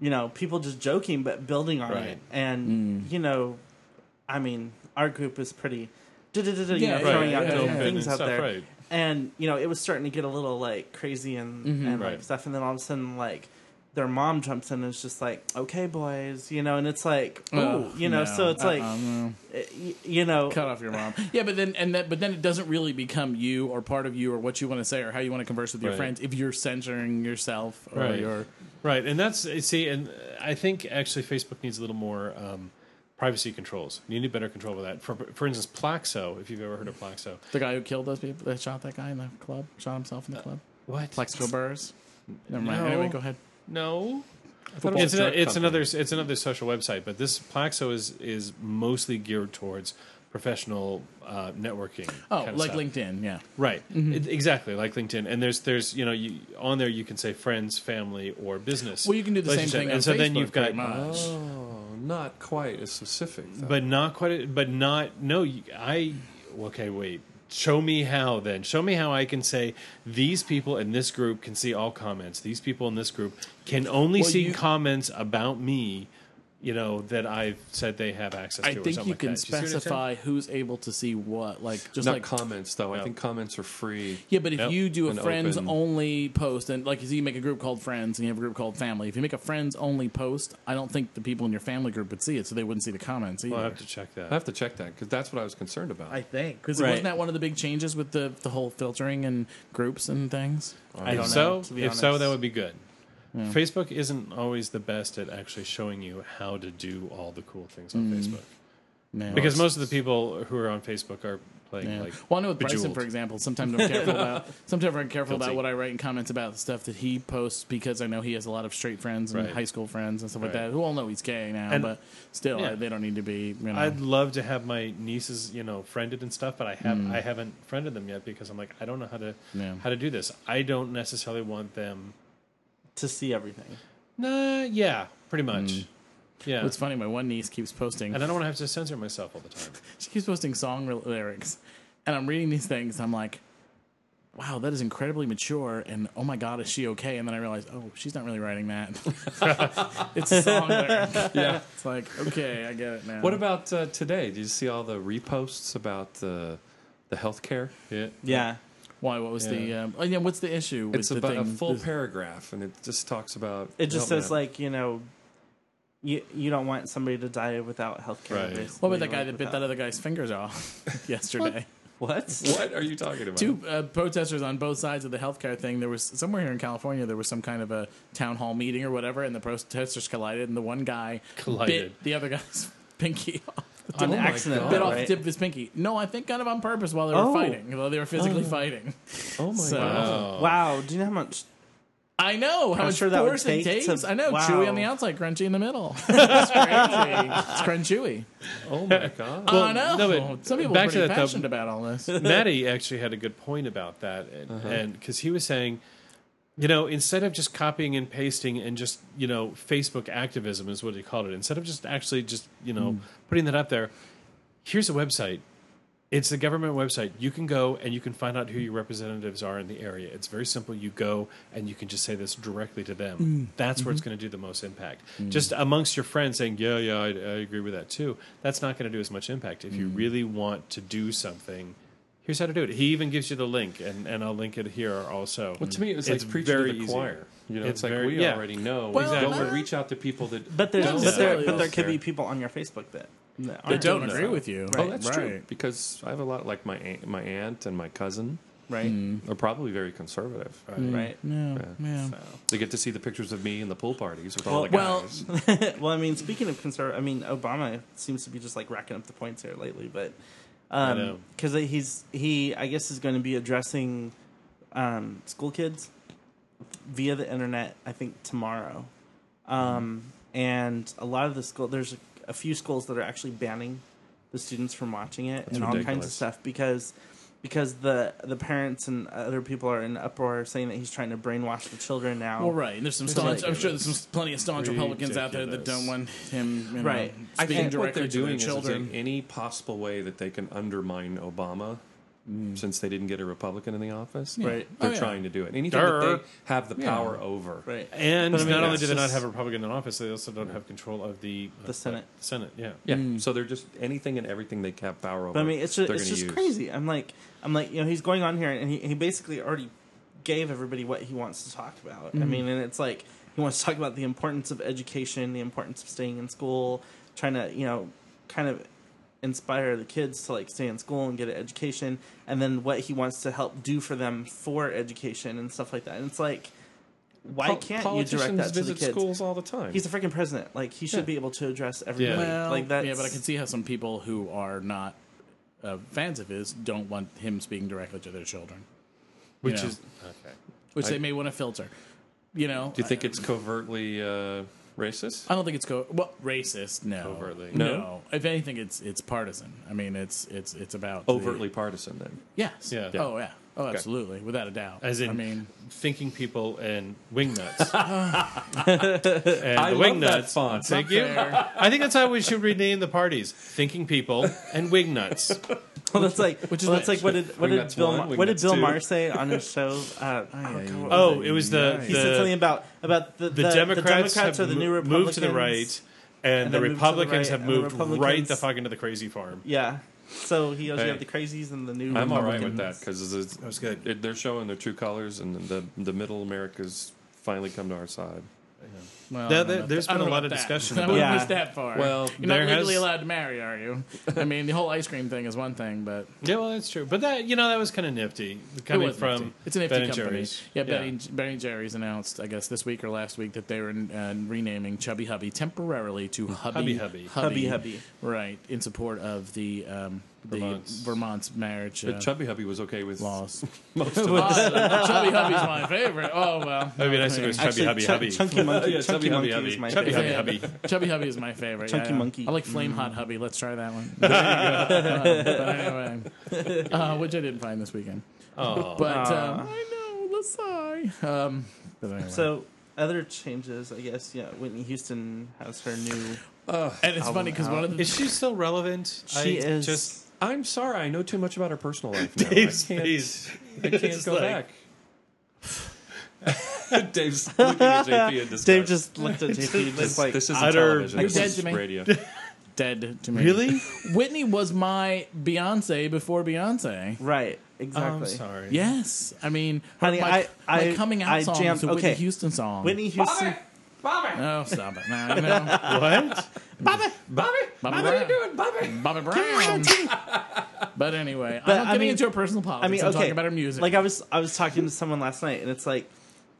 you know, people just joking but building on Right. it, and Mm. you know, I mean, our group is pretty, duh, duh, duh, duh, you Yeah, know, yeah, throwing out yeah, different yeah. things And out stuff, there, right. and you know, it was starting to get a little like crazy and Mm-hmm. and like Right. stuff, and then all of a sudden like. Their mom jumps in and is just like, "Okay, boys," you know, and it's like, "Oh, Oh, you know." no. So it's like, eh, Uh-uh, no. y- you know, cut off your mom. Yeah, but then and that, but then it doesn't really become you or part of you or what you want to say or how you want to converse with your Right. friends if you're censoring yourself or Right. your. Right, and that's eh, see, and I think actually Facebook needs a little more um, privacy controls. You need better control of that. For for instance, Plaxo, if you've ever heard of Plaxo, The guy who killed those people, that shot that guy in the club, shot himself in the club. Uh, what? Plexico Burrs. Never mind. No. Anyway, go ahead. No, thought it was it's, a an, drug it's company. another it's another social website, but this Plaxo is is mostly geared towards professional uh, networking. Oh, kinda like Mm-hmm. stuff. LinkedIn. Yeah. right? It- exactly, like LinkedIn. And there's there's you know you on there you can say friends, family, or business. Well, you can do the same relationship. thing. and on so Facebook, then you've got pretty much. Oh, not quite as specific. Though. but not quite but not no you- i okay wait show me how then show me how i can say these people in this group can see all comments these people in this group can only Well, see you- comments about me you know that i've said they have access to I or think something you like can that. Do you see what I'm saying? specify who's able to see what, like just not like comments though. I No. think comments are free. Yeah, but if Yep. you do a An friends open- only post, and like you see, you make a group called friends and you have a group called family. If you make a friends only post, I don't think the people in your family group would see it, so they wouldn't see the comments either. i'll have to check I that have to check that because that's what I was concerned about. I think because wasn't that one of the big changes with the the whole filtering and groups and things? I if don't so know, to be if so honest. that would be good facebook isn't always the best at actually showing you how to do all the cool things on Mm. facebook No. because most of the people who are on facebook are playing Yeah. like well, I know with Bryson, Bejeweled. for example, sometimes I'm careful about sometimes I'm careful about Guilty. what I write in comments about the stuff that he posts because I know he has a lot of straight friends and Right. high school friends and stuff like Right. that who all know he's gay now, And- but still Yeah. I, they don't need to be. You know, I'd love to have my nieces, you know, friended and stuff, but I have I haven't friended them yet because I'm like I don't know how to Yeah. how to do this. I don't necessarily want them. to see everything. Nah, yeah, pretty much. Yeah, it's funny. My one niece keeps posting. and I don't want to have to censor myself all the time. she keeps posting song re- lyrics and i'm reading these things and i'm like wow that is incredibly mature and oh my god is she okay and then i realize oh she's not really writing that it's a song lyric yeah. it's like okay i get it now What about uh, today? Did you see all the reposts about the the healthcare? Yeah, Yeah. why what was the Yeah. um, oh, yeah what's the issue with It's the about a thing? full This- paragraph, and it just talks about. It just help me says out. like, you know, you you don't want somebody to die without health care. Right. what about that guy that bit that other guy's fingers off yesterday? What? What are you talking about? Two uh, protesters on both sides of the healthcare thing. There was somewhere here in California. There was some kind of a town hall meeting or whatever, and the protesters collided, and the one guy Collided. bit the other guy's pinky off. On Oh my accident. God. bit off the right? tip of his pinky. No, I think kind of on purpose while they were Oh. fighting, while they were physically fighting. Oh my So- god! Oh. Wow. Do you know how much? I know how much sure that would force it take takes. to- I know, wow. chewy on the outside, crunchy in the middle. it's crunchy. It's crunchy. Oh my god! I know. no, but Some people back are to pretty that, though. passionate about all this. Maddie actually had a good point about that, and because he was saying, you know, instead of just copying and pasting and just you know Facebook activism is what he called it. Instead of just actually just you know putting that up there, here's a website. It's a government website. You can go and you can find out who your representatives are in the area. It's very simple. You go and you can just say this directly to them. Mm. That's where it's Mm-hmm. going to do the most impact. Just amongst your friends saying, yeah, yeah, I, I agree with that too. That's not going to do as much impact. If you Mm. really want to do something, here's how to do it. He even gives you the link, and, and I'll link it here also. Well, to me, it was like preaching to the easy. choir. You know, it's, It's like very- we yeah. already know. Well, we Exactly. don't reach out to people that. But there's No, but there yeah. but there Healthcare. could be people on your Facebook that, that I aren't, don't don't agree know. with you. Oh, that's true. Right. Because I have a lot like my aunt, my aunt and my cousin right? are probably very conservative. Right. No, Mm. yeah. They get to see the pictures of me in the pool parties with all Well- the Well, guys. well, I mean, speaking of conservative, I mean, Obama seems to be just like racking up the points here lately, but know. because he's he, I guess, is going to be addressing um, school kids via the internet. I think tomorrow, um, and a lot of the school there's a, a few schools that are actually banning the students from watching it and all kinds of ridiculous. stuff because because the the parents and other people are in uproar saying that he's trying to brainwash the children now. Well, right. and There's some staunch. I'm sure there's some plenty of staunch Republicans out there that Ridiculous. don't want him. You know, Right. I Speaking think directly what they're to doing their is children. it's in any possible way that they can undermine Obama, since they didn't get a Republican in the office. Right. They're Oh, yeah. trying to do it. Anything Durr. that they have the power over. Right. And But I mean, not only it's do they not just- have a Republican in office, they also don't have control of the uh, The Senate. Senate, yeah. Yeah. So they're just anything and everything they have power over. But I mean, it's just they're it's gonna just use. crazy. I'm like I'm like you know he's going on here and he he basically already gave everybody what he wants to talk about. Mm-hmm. I mean, and it's like he wants to talk about the importance of education, the importance of staying in school, trying to you know kind of inspire the kids to like stay in school and get an education, and then what he wants to help do for them for education and stuff like that. And it's like. Why Pol- can't you politicians direct that to the visit kids? schools all the time? He's the freaking president. Like he should be able to address everybody. Well, Like that. yeah, but I can see how some people who are not uh, fans of his don't want him speaking directly to their children, Which Yeah. is okay. which they may want to filter. You know, do you think it's covertly uh, racist? I don't think it's co- well racist. No, Overtly. No. No? if anything, it's it's partisan. I mean, it's it's it's about the- Overtly partisan, then. Mm-hmm. yes. Yeah. Oh yeah. Oh, absolutely, without a doubt. As in I mean, thinking people and wingnuts. and I the love that wingnuts. font. Thank you. I think that's how we should rename the parties. Thinking people and wingnuts. Well, that's like Which is well, that's nice. like what did what Wing did nuts Bill one, Ma- wing what did nuts Bill two. Mayer say on his show? Uh, oh, God, what was Oh, it was the he said something the, about about the, the, Democrats, Democrats have or the new mo- Republicans moved to the right, and, and the then moved to the right, Republicans have and the moved right Republicans- the fuck into the crazy farm. Yeah, so he goes, Hey. you have the crazies and the new. I'm all right with Republicans. that because that was good. they're showing their true colors, and the the middle America's finally come to our side. well, There- I don't there- know about there's that. I been don't a know lot of about that. discussion I about wouldn't that. push that far. Well, you're not there legally has- allowed to marry, are you? I mean, the whole ice cream thing is one thing, but Yeah, well, that's true. But that you know that was kind of nifty It coming was from nifty. it's an nifty Ben and company. Jerry's. Yeah, Benny, Benny and Jerry's announced, I guess, this week or last week that they were uh, renaming Chubby Hubby temporarily to Hubby Hubby Hubby. Hubby hubby. right? In support of the um, the Vermont's. Vermont's, marriage uh, But Chubby Hubby was okay with laws. most of Oh, us. Chubby Hubby's my favorite. Oh well, That'd be nice if it was chubby Actually, hubby Chun- hubby. Chunky monkey. Yeah, chunky monkey Chubby Hubby Hubby. is my Chubby favorite. Hubby Hubby. Chubby Hubby is my favorite. Chunky yeah. Monkey. I like Flame Hot Hubby. Let's try that one. Um, but anyway, uh, which I didn't find this weekend. Oh, But um, I know. Let's sigh. Um, but anyway. So other changes, I guess. Yeah, Whitney Houston has her new. and oh, it's funny because one of the is she still relevant? She I is just I'm sorry, I know too much about her personal life now. Dave's I can't, face. I can't It's go like- back. Dave's looking at JP in disgust. Dave just looked at JP just like this is utter- television. You're This dead is to me. radio. dead to me. Really? Whitney was my Beyonce before Beyonce. right I'm exactly. sorry. Yes, I mean, Honey, my, I- my I- coming out I song jammed- is a Whitney okay. Houston song. Whitney Houston. oh, stop it! No, you know, What? Bobby, what are you doing, Bobby? Bobby Brown. but anyway, But, I'm not I getting mean- into her personal politics. I mean, I'm okay. talking about her music. Like I was, I was talking to someone last night, and it's like,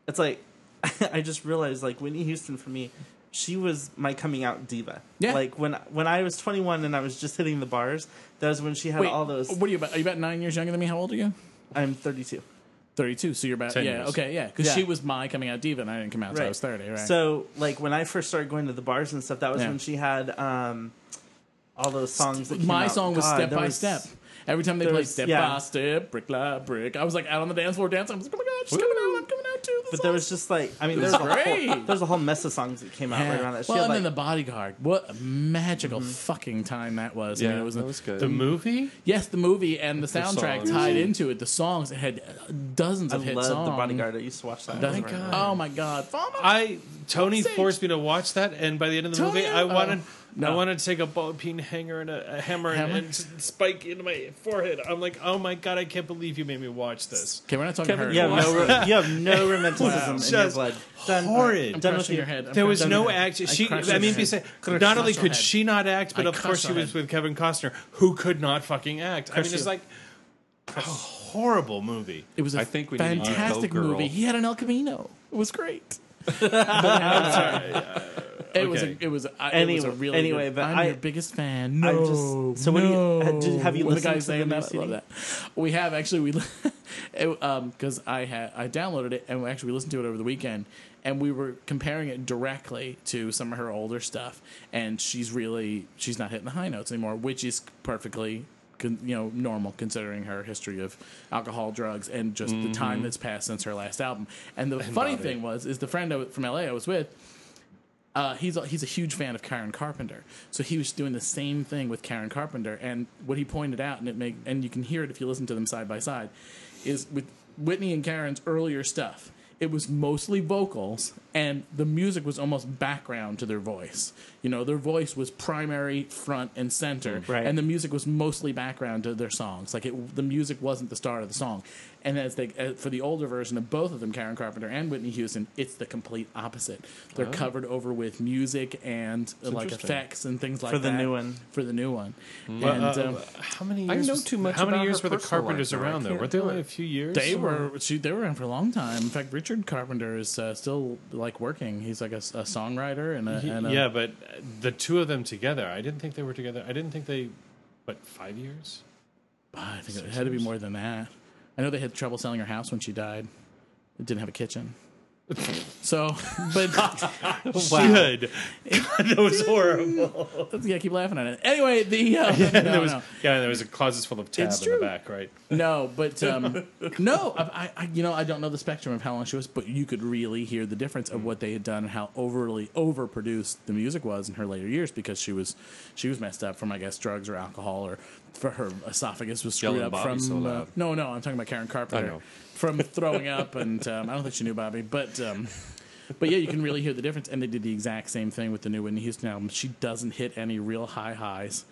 it's like, I just realized like Whitney Houston for me, she was my coming out diva. Yeah. Like when when I was 21 and I was just hitting the bars, that was when she had Wait, all those. What are you about? Are you about nine years younger than me? How old are you? I'm 32. 32. So you're about Ten yeah. years. Okay, yeah. Because Yeah. she was my coming out diva, and I didn't come out until I was 30. Right. So like when I first started going to the bars and stuff, that was Yeah. when she had um, all those songs. That came my out. song was oh, God, step there by was- step. Every time they there played was- step yeah. by step, brick by brick, I was like out on the dance floor dancing. I was like, oh my god, she's coming out! I'm coming out too. This But there song- was just like, I mean, It there's was a whole great. there's a whole mess of songs that came out right around that. She well, had, and then like, Mm-hmm. the bodyguard. What a magical fucking time that was. I Yeah, mean, it was, that was good. The movie? yes, the movie and the soundtrack songs. tied into it. The songs it had uh, dozens I of hit love songs. the bodyguard. I used to watch that. Does- over and over. Oh my god! Fall my- I Tony Sage. forced me to watch that, and by the end of the Tony, movie, I oh, wanted no. I wanted to take a ball peen hanger and a, a hammer, and- Hammer? and just spike into my forehead. I'm like, oh my god, I can't believe you made me watch this. okay, we're not talking her. You have no, ro- you have no romanticism in your Just blood. horrid. I'm I'm done with Crushing you. your head. I'm There was crushing no your head. act. She, crushed I her mean, head. besides, Crushed not only her could head. she not act, but I of course crushed she her was head. with Kevin Costner, who could not fucking act. I mean, Crushed it's you. like a horrible movie. It was a I think we need to do fantastic Go Girl. movie. He had an El Camino. It was great. It was Okay. a, it was a, it was a Anyway- really anyway, good- but I'm I- your biggest fan. No, I just- so what do you- uh, did- have you When the listened guy to saying the new that? I CD? love that. We um, have actually we because I had I downloaded it and we actually listened to it over the weekend and we were comparing it directly to some of her older stuff, and she's really she's not hitting the high notes anymore, which is perfectly con- you know normal considering her history of alcohol, drugs, and just Mm-hmm. the time that's passed since her last album. And the funny body. thing was, is the friend I, w- from LA I was with. Uh, he's a, he's a huge fan of Karen Carpenter, so he was doing the same thing with Karen Carpenter. And what he pointed out, and it make and you can hear it if you listen to them side by side, is with Whitney and Karen's earlier stuff. It was mostly vocals, and the music was almost background to their voice. You know, their voice was primary, front, and center, Right. and the music was mostly background to their songs. Like it, the music wasn't the start of the song. And as they, uh, for the older version of both of them, Karen Carpenter and Whitney Houston, it's the complete opposite. Oh. They're covered over with music and uh, like interesting. effects and things like For that the new one. Hmm. For the new one, and Uh, um, how many? I Years know was- too much How many about years her were the personal Carpenters life, though. I around though? can't Were they do only it. a few years? they or- were shoot, they were around for a long time. In fact, Richard Carpenter is uh, still like working. He's like a, s- a songwriter and a, and a yeah, but uh, the two of them together, I didn't think they were together. I didn't think they, what, five years? I think it had to be more than that. I know they had trouble selling her house when she died. It didn't have a kitchen. So, but Oh, Good. God, that was horrible. yeah, keep laughing at it. Anyway, the uh, no, there was, no. Yeah, there was a closets full of tab It's in the true. back, right? No, but um, no, I, I, you know, I don't know the spectrum of how long she was, but you could really hear the difference Mm. of what they had done and how overly overproduced the music was in her later years because she was, she was messed up from I guess drugs or alcohol or for her esophagus was screwed Yelling up Bobby from. so uh, loud. no, no, I'm talking about Karen Carpenter I know. from throwing up, and um, I don't think she knew Bobby, but. Um, but yeah, you can really hear the difference. And they did the exact same thing with the new Whitney Houston album. She doesn't hit any real high highs,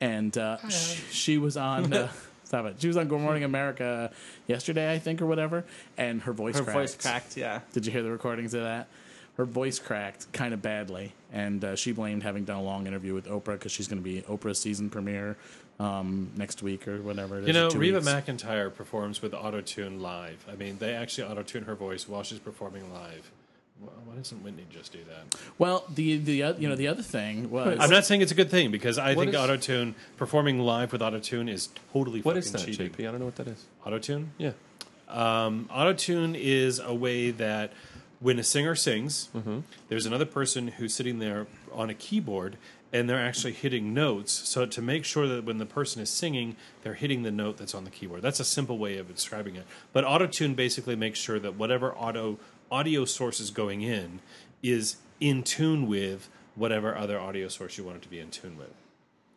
and uh, sh- she was on. Uh, Stop it. She was on Good Morning America yesterday, I think, or whatever, and her voice Her cracked. voice cracked. Yeah. Did you hear the recordings of that? Her voice cracked kind of badly, and uh, she blamed having done a long interview with Oprah because she's going to be Oprah's season premiere um, next week or whatever. It is, You know, two Reba weeks. McIntyre performs with autotune live. I mean, they actually autotune her voice while she's performing live. Wh- Why doesn't Whitney just do that? Well, the the oth- you know the other thing was I'm not saying it's a good thing because I What think is- autotune performing live with autotune is totally What fucking is that, cheating. JP? I don't know what that is. Autotune? Yeah. Um, autotune is a way that when a singer sings, there's another person who's sitting there on a keyboard and they're actually hitting notes. So to make sure that when the person is singing, they're hitting the note that's on the keyboard. That's a simple way of describing it. But autotune basically makes sure that whatever auto audio source is going in is in tune with whatever other audio source you want it to be in tune with.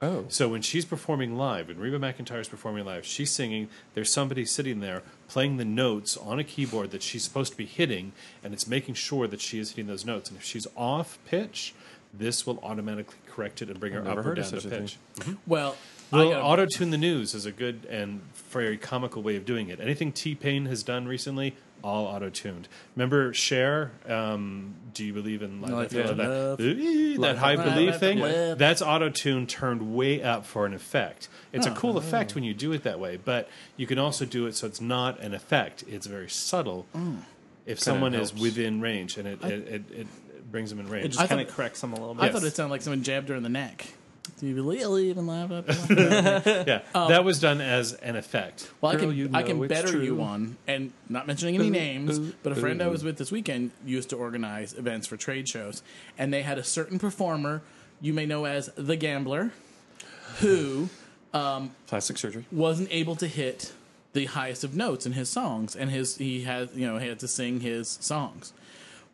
Oh. So when she's performing live, when Reba McIntyre is performing live, she's singing. There's somebody sitting there playing the notes on a keyboard that she's supposed to be hitting, and it's making sure that she is hitting those notes. And if she's off pitch, this will automatically correct it and bring her never up or heard of down to such a pitch. well. I um, Well, gotta- auto tune the news is a good and very comical way of doing it. Anything T Pain has done recently, all auto tuned. Remember Cher? Um, do you believe in life? Life after After Love? Love. That, that Life high After belief Love. thing? Yeah. That's auto tune turned way up for an effect. It's a Oh. cool effect when you do it that way, but you can also do it so it's not an effect. It's very subtle. If someone is helps. within range and it, it, it, it brings them in It range. just I kind of thought- corrects them a little I Yes. bit. thought it sounded like someone jabbed her in the neck. Do you believe in live up? yeah, that was done as an effect. Well, I Girl, can you I know can it's better you true. one, and not mentioning any Ooh, names, ooh, but a friend I ooh. was with this weekend used to organize events for trade shows, and they had a certain performer you may know as the gambler, who Plastic surgery. wasn't able to hit the highest of notes in his songs, and his he had you know he had to sing his songs.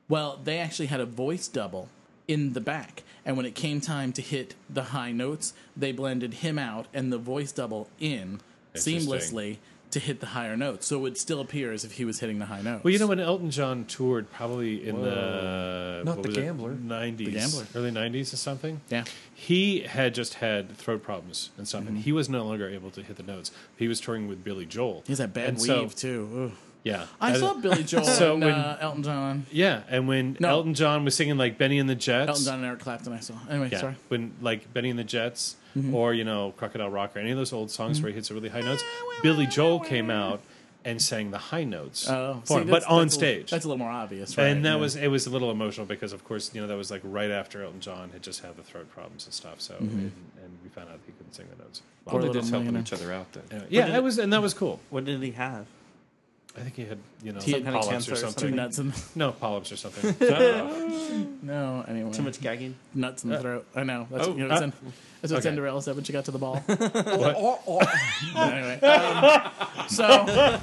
Well, they actually had a voice double in the back, and when it came time to hit the high notes, they blended him out and the voice double in Interesting. seamlessly to hit the higher notes. So it would still appear as if he was hitting the high notes. Well, you know when Elton John toured, probably in the Not what The was it? Gambler. nineties, The Gambler. early nineties or something. Yeah. Mm-hmm. he had just had throat problems and stuff, and he was no longer able to hit the notes. He was touring with Billy Joel. he has that bad And weave so- too. Ugh. Yeah, I And- saw Billy Joel So and when- uh, Elton John, Yeah, and when No. Elton John was singing like Benny and the Jets, Elton John and Eric Clapton. I saw anyway. yeah, Sorry. Mm-hmm. when like Benny and the Jets or you know Crocodile Rock or any of those old songs where he hits the really high notes, Billy Joel came out and sang the high notes, Oh, for see, him, that's- but on that's a little- stage. that's a little more obvious, right? and that Yeah. was it was a little emotional because of course you know that was like right after Elton John had just had the throat problems and stuff so and, and we found out that he couldn't sing the notes Well, Poor they're little just helping millionaire. each other out then. Anyway, yeah it was and that was cool What did he have? I think he had you know He had some polyps cancer or or Two something. something. nuts in No polyps or something. no. Anyway, Uh, Too much gagging. nuts in the throat. I know. That's oh, you know, that's, uh, in, that's what okay. Cinderella said when she got to the ball. anyway, um, so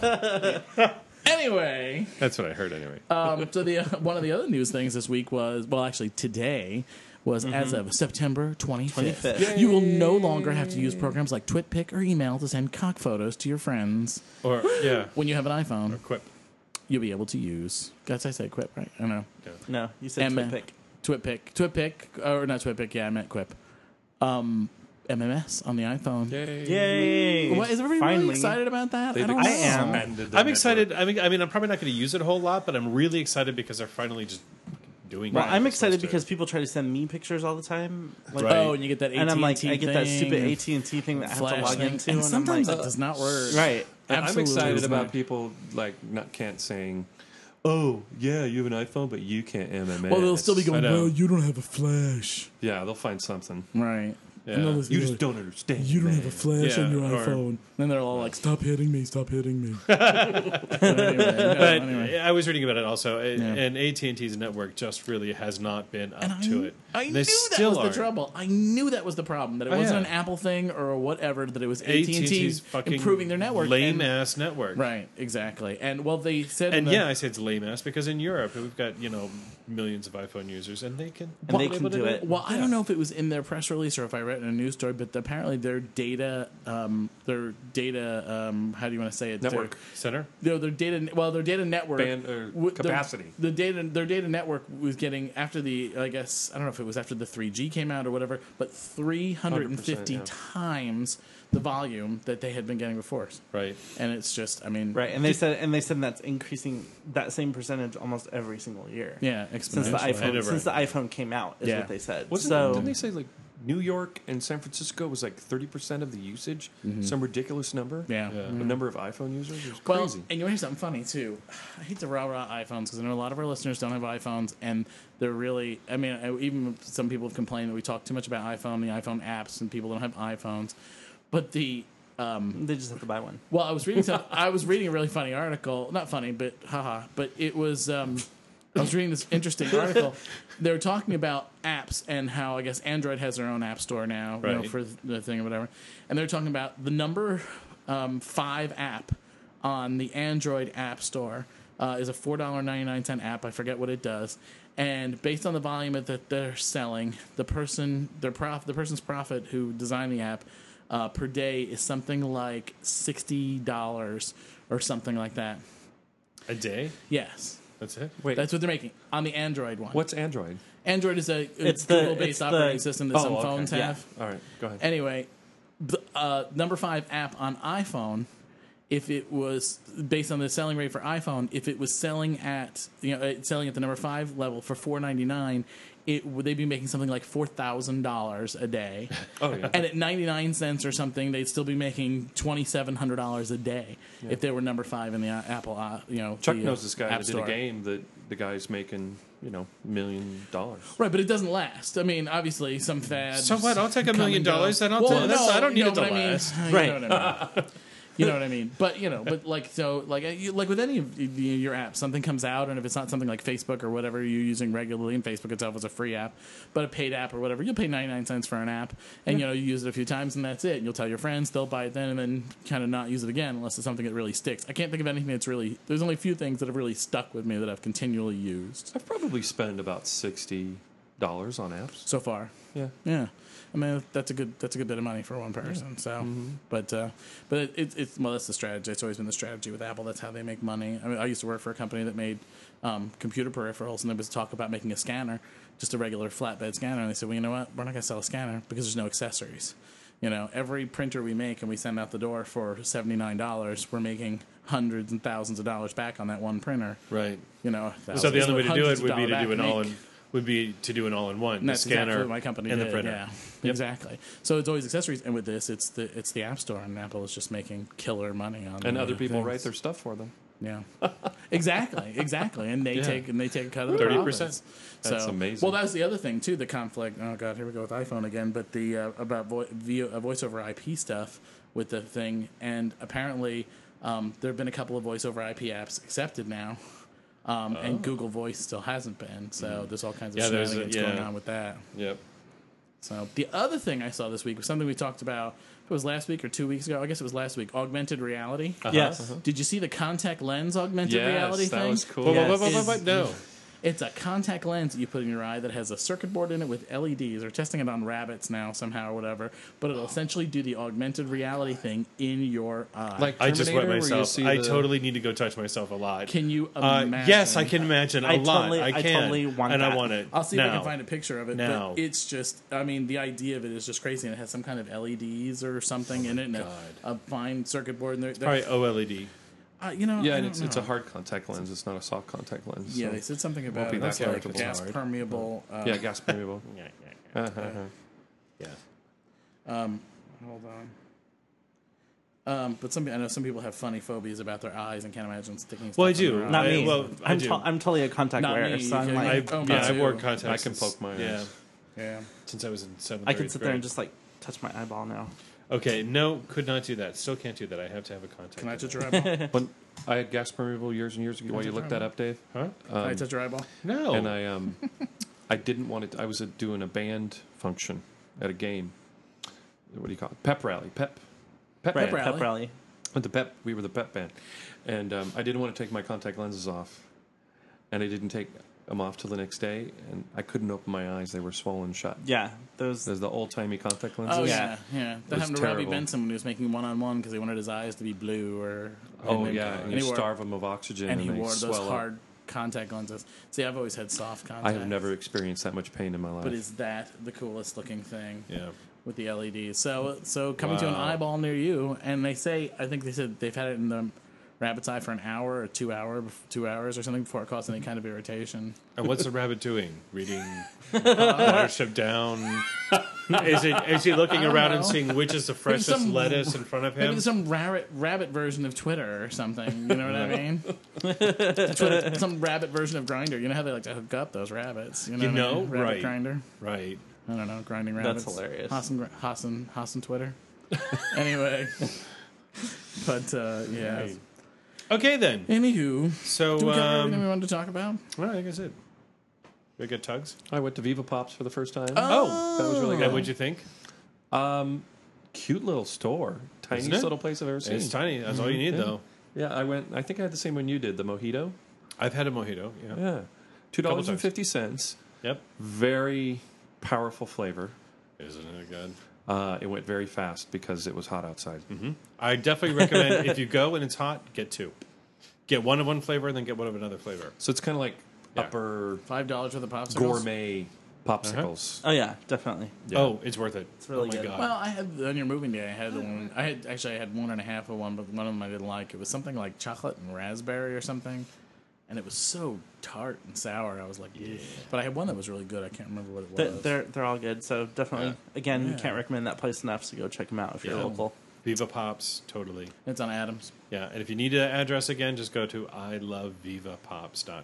anyway, That's what I heard anyway. um, so the uh, one of the other news things this week was well, actually today. Was as of September 25th. 25th. You will no longer have to use programs like TwitPic or email to send cock photos to your friends. or yeah, When you have an iPhone, quip. you'll be able to use. Guys, I say quip, right? I don't know. No, you said Emma. twin pick. TwitPic, TwitPic, or not TwitPic. Yeah, I meant Quip. Um, MMS on the iPhone. Yay! What is everybody Finally. really excited about that? I, don't I know. am. I'm excited. I mean, I mean, I'm probably not going to use it a whole lot, but I'm really excited because they're finally just doing. Well, what I'm they're excited supposed to. because people try to send me pictures all the time. Like, Right. Oh, and you get that. AT&T And I'm like, I get that stupid thing, AT and T thing that I have to flash log thing, into, and and, sometimes I'm it like, does not work. right. I'm Absolutely excited does about not. people like not can't saying, "Oh yeah, you have an iPhone, but you can't MMS." Well, they'll still be going. I know. Well, Oh, you don't have a flash, Yeah, they'll find something. right? Yeah. And they'll just You be just like, don't understand. You don't man. have a flash Yeah, on your or- iPhone. then they're all like, "Stop hitting me! Stop hitting me!" but anyway, no, But anyway. I was reading about it also, a- Yeah. and AT and T's network just really has not been up And I, to it. I They knew that still was aren't. the trouble. I knew that was the problem. That it Oh, wasn't yeah. an Apple thing or whatever. That it was AT and AT&T's T's fucking improving their network. lame and, ass network. right? Exactly. And well, they said, in And the- yeah, I say it's lame ass because in Europe we've got you know millions of iPhone users and they can And they're they can able to do it. Well, I don't know if it was in their press release or if I read it in a news story, but apparently their data, um, their data, um, how do you want to say it? Network. Center. Their, their, their data, well, their data network Band- or w- their- capacity. The, data, their data network was getting after the, I guess, I don't know if it was after the 3G came out or whatever, but 350 100%, yeah. times the volume that they had been getting before. Right. And it's just, I mean, Right, and they said, and they said that's increasing that same percentage almost every single year. Yeah, since the exponentially. I never- iPhone since the iPhone came out is Yeah. what they said. Wasn't so didn't they say like New York and San Francisco was like thirty percent of the usage? Some ridiculous number. Mm-hmm. Yeah. Yeah. The number of iPhone users is Well, crazy. and you hear something funny too. I hate the rah rah iPhones because I know a lot of our listeners don't have iPhones, and they're really. I mean, I- even some people have complained that we talk too much about iPhone, the iPhone apps, and people don't have iPhones. But the um, they just have to buy one. well, I was reading some, I was reading a really funny article, not funny, but haha, but it was. Um, I was reading this interesting article. They were talking about apps and how I guess Android has their own app store now, you know, Right. for the thing or whatever. And they're talking about the number um, five app on the Android app store uh, is a four dollar ninety nine cent app. I forget what it does. And based on the volume that they're selling, the person their prof the person's profit who designed the app uh, per day is something like sixty dollars or something like that. A day. Yes. That's it. Wait, That's what they're making on the Android one. what's Android? Android is a It's the- Google based it's the- operating system that Oh, some okay. phones Yeah. have. All right, go ahead. Anyway, the, uh, number five app on iPhone, if it was based on the selling rate for iPhone, if it was selling at you know uh, selling at the number five level for four ninety nine, it would they be making something like four thousand dollars a day, oh yeah. and at ninety nine cents or something, they'd still be making twenty seven hundred dollars a day if they were number five in the uh, Apple. Uh, you know, Chuck the, uh, knows this guy App that did Store. a game that the guy's making, you know, million dollars. Right, but it doesn't last. I mean, obvioly, some fads. So what? I'll take a come million and go. dollars, then I'll do this. I don't you need know it to what I mean. last. You Right. Know what I mean. you know what I mean. But you know, but like so, like uh, you, like with any of y- y- your apps, something comes out, and if it's not something like Facebook or whatever you're using regularly, and Facebook itself is a free app, but a paid app or whatever, you'll pay ninety nine cents for an app, and you know you use it a few times, and that's it. And you'll tell your friends, they'll buy it then, and then kind of not use it again unless it's something that really sticks. I can't think of anything that's really. There's only a few things that have really stuck with me that I've continually used I've probably spent about sixty dollars on apps. so far. Yeah. Yeah, I mean that's a good that's a good bit of money for one person. So, Mm-hmm. but uh, but it, it's it's well that's the strategy. It's always been the strategy with Apple. That's how they make money. I mean, I used to work for a company that made um, computer peripherals, and there was talk about making a scanner, just a regular flatbed scanner. And they said, well, you know what? We're not going to sell a scanner because there's no accessories. You know, every printer we make and we send out the door for seventy nine dollars, we're making hundreds and thousands of dollars back on that one printer. Right. You know, So the thousands, only way to do hundreds it of would be dollar to back do an make- all in would be to do an all in one. and The that's exactly scanner what my company and did. the printer. Yeah, exactly. So it's always accessories, and with this, it's the it's the App Store, and Apple is just making killer money on And the other people things. write their stuff for them. yeah, exactly, exactly, and they Yeah. take and they take a cut of the 30%. profits. That's so, amazing. Well, that was the other thing too. The conflict. Oh god, here we go with iPhone again. But the uh, about vo- via, uh, voice over IP stuff with the thing, and apparently Um, there have been a couple of voice over IP apps accepted now, um, and Google Voice still hasn't been. So there's all kinds of Oh. Hmm. Yeah, there's a- shenanigans going yeah. on with that. Yep. So the other thing I saw this week was something we talked about. It was last week or two weeks ago. I guess it was last week. Augmented reality. Uh-huh. Yes. Did you see the contact lens augmented Uh-huh. Yes, reality that thing? was cool. Whoa, whoa, Yes. whoa, whoa, whoa, Is- no. It's a contact lens that you put in your eye that has a circuit board in it with LEDs. They're testing it on rabbits now somehow or whatever, but it'll essentially do the augmented reality thing in your eye. Like I just wet Terminator, where you myself. see I the- totally need to go touch myself a lot. can you Uh, imagine? yes, I can imagine a I lot. totally- I I can, totally want and I that. want it. I'll see if now. I can find a picture of it. Now. But it's just, I mean, the idea of it is just crazy, and it has some kind of LEDs or Oh something in it, and a, a fine circuit board. And they're, Probably E OLED. uh, you know, Yeah, I and don't it's, it's a know. hard contact lens. It's not a soft contact lens. Yeah, so- they said something about be it. that It's like comfortable. gas permeable. Uh, yeah, gas permeable. Yeah, yeah, yeah. Uh-huh, uh-huh. yeah. Hold on. Um, but some I know some people have funny phobias about their eyes and can't imagine sticking. Well, I stuff in do. their eye. Not I- me. well, I I'm, do. to- I'm totally a contact Not wearer, me, so I'm I, you can- like, Oh, me yeah, I too. wore contacts. I can since- poke my eyes. Yeah, Yeah. since I was in seventh. I can eighth sit there and grade. just like touch my eyeball now. Okay, no, could not do that. Still can't do that. I have to have a contact. Can I lens. touch your eyeball? When I had gas permeable years and years ago, while you looked that up, Dave, Um, Huh? Oh. Can I touch your eyeball? No. and I um, I didn't want it. I was uh doing a band function at a game. What do you call it? Pep rally. Pep. Pep. Right, band. Pep rally. pep rally. But the pep, we were the pep band, and um, I didn't want to take my contact lenses off, and I didn't take them off till the next day, and I couldn't open my eyes; they were swollen shut. Yeah, those. There's the old timey contact lenses. Oh yeah, Yeah. yeah. That was happened to Robbie terrible. Benson when he was making one on one because he wanted his eyes to be blue or. Oh, and- yeah, and and you he wore, starve them of oxygen, and he they wore those swell up. hard contact lenses. See, I've always had soft I contact. have never experienced that much pain in my life. But is that the coolest looking thing? yeah. with the LEDs. So so coming to an Wow. eyeball near you, and they say I think they said they've had it in the rabbit's eye for an hour or two hour two hours or something before it caused any kind of irritation. And what's the rabbit doing? Reading Watership Down? is, it, is he looking don't around know. and seeing which is the freshest some- lettuce in front of Maybe him? there's some rabbit rabbit version of Twitter or something. You know what I mean? Twitter, some rabbit version of Grinder. You know how they like to hook up those rabbits. You know, You what I know, mean? rabbit right. Grinder. Right. I don't know, grinding rabbits. hilarious. Hassan, Gr- Hassan, Hassan Twitter. anyway, but uh, yeah. Right. Okay, then. Anywho, So, do we cover everything we um, wanted to talk about? well, I think that's it. We got tugs? I went to Viva Pops for the first time. Oh! that was really And good. what'd you think? Cute little store, tiniest Isn't it? little place I've ever seen. It's tiny. That's all you need, though. Yeah, I went. I think I had the same one you did, the mojito. I've had a mojito. Yeah. Yeah, two Couple dollars and fifty cents. Yep. Very powerful flavor. Isn't it good? Uh, it went very fast because it was hot outside. Mm-hmm. I definitely recommend if you go and it's hot, get two. Get one of one flavor and then get one of another flavor. So it's kind of like Yeah. upper Five dollars for the popsicles. gourmet popsicles. Oh yeah, definitely. Yeah. Oh, it's worth it. It's really oh my good. God. Well, I had on your moving day. I had the one. I had actually I had one and a half of one, but one of them I didn't like. It was something like chocolate and raspberry or something, and it was so tart and sour. I was like, yeah. But I had one that was really good. I can't remember what it Th- was. They're they're all good. So definitely, Yeah. again, Yeah. you can't recommend that place enough. So go check them out if you're Yeah. local. Viva Pops, totally. it's on Adams. Yeah, and if you need an address again, just go to ilovevivapops.com.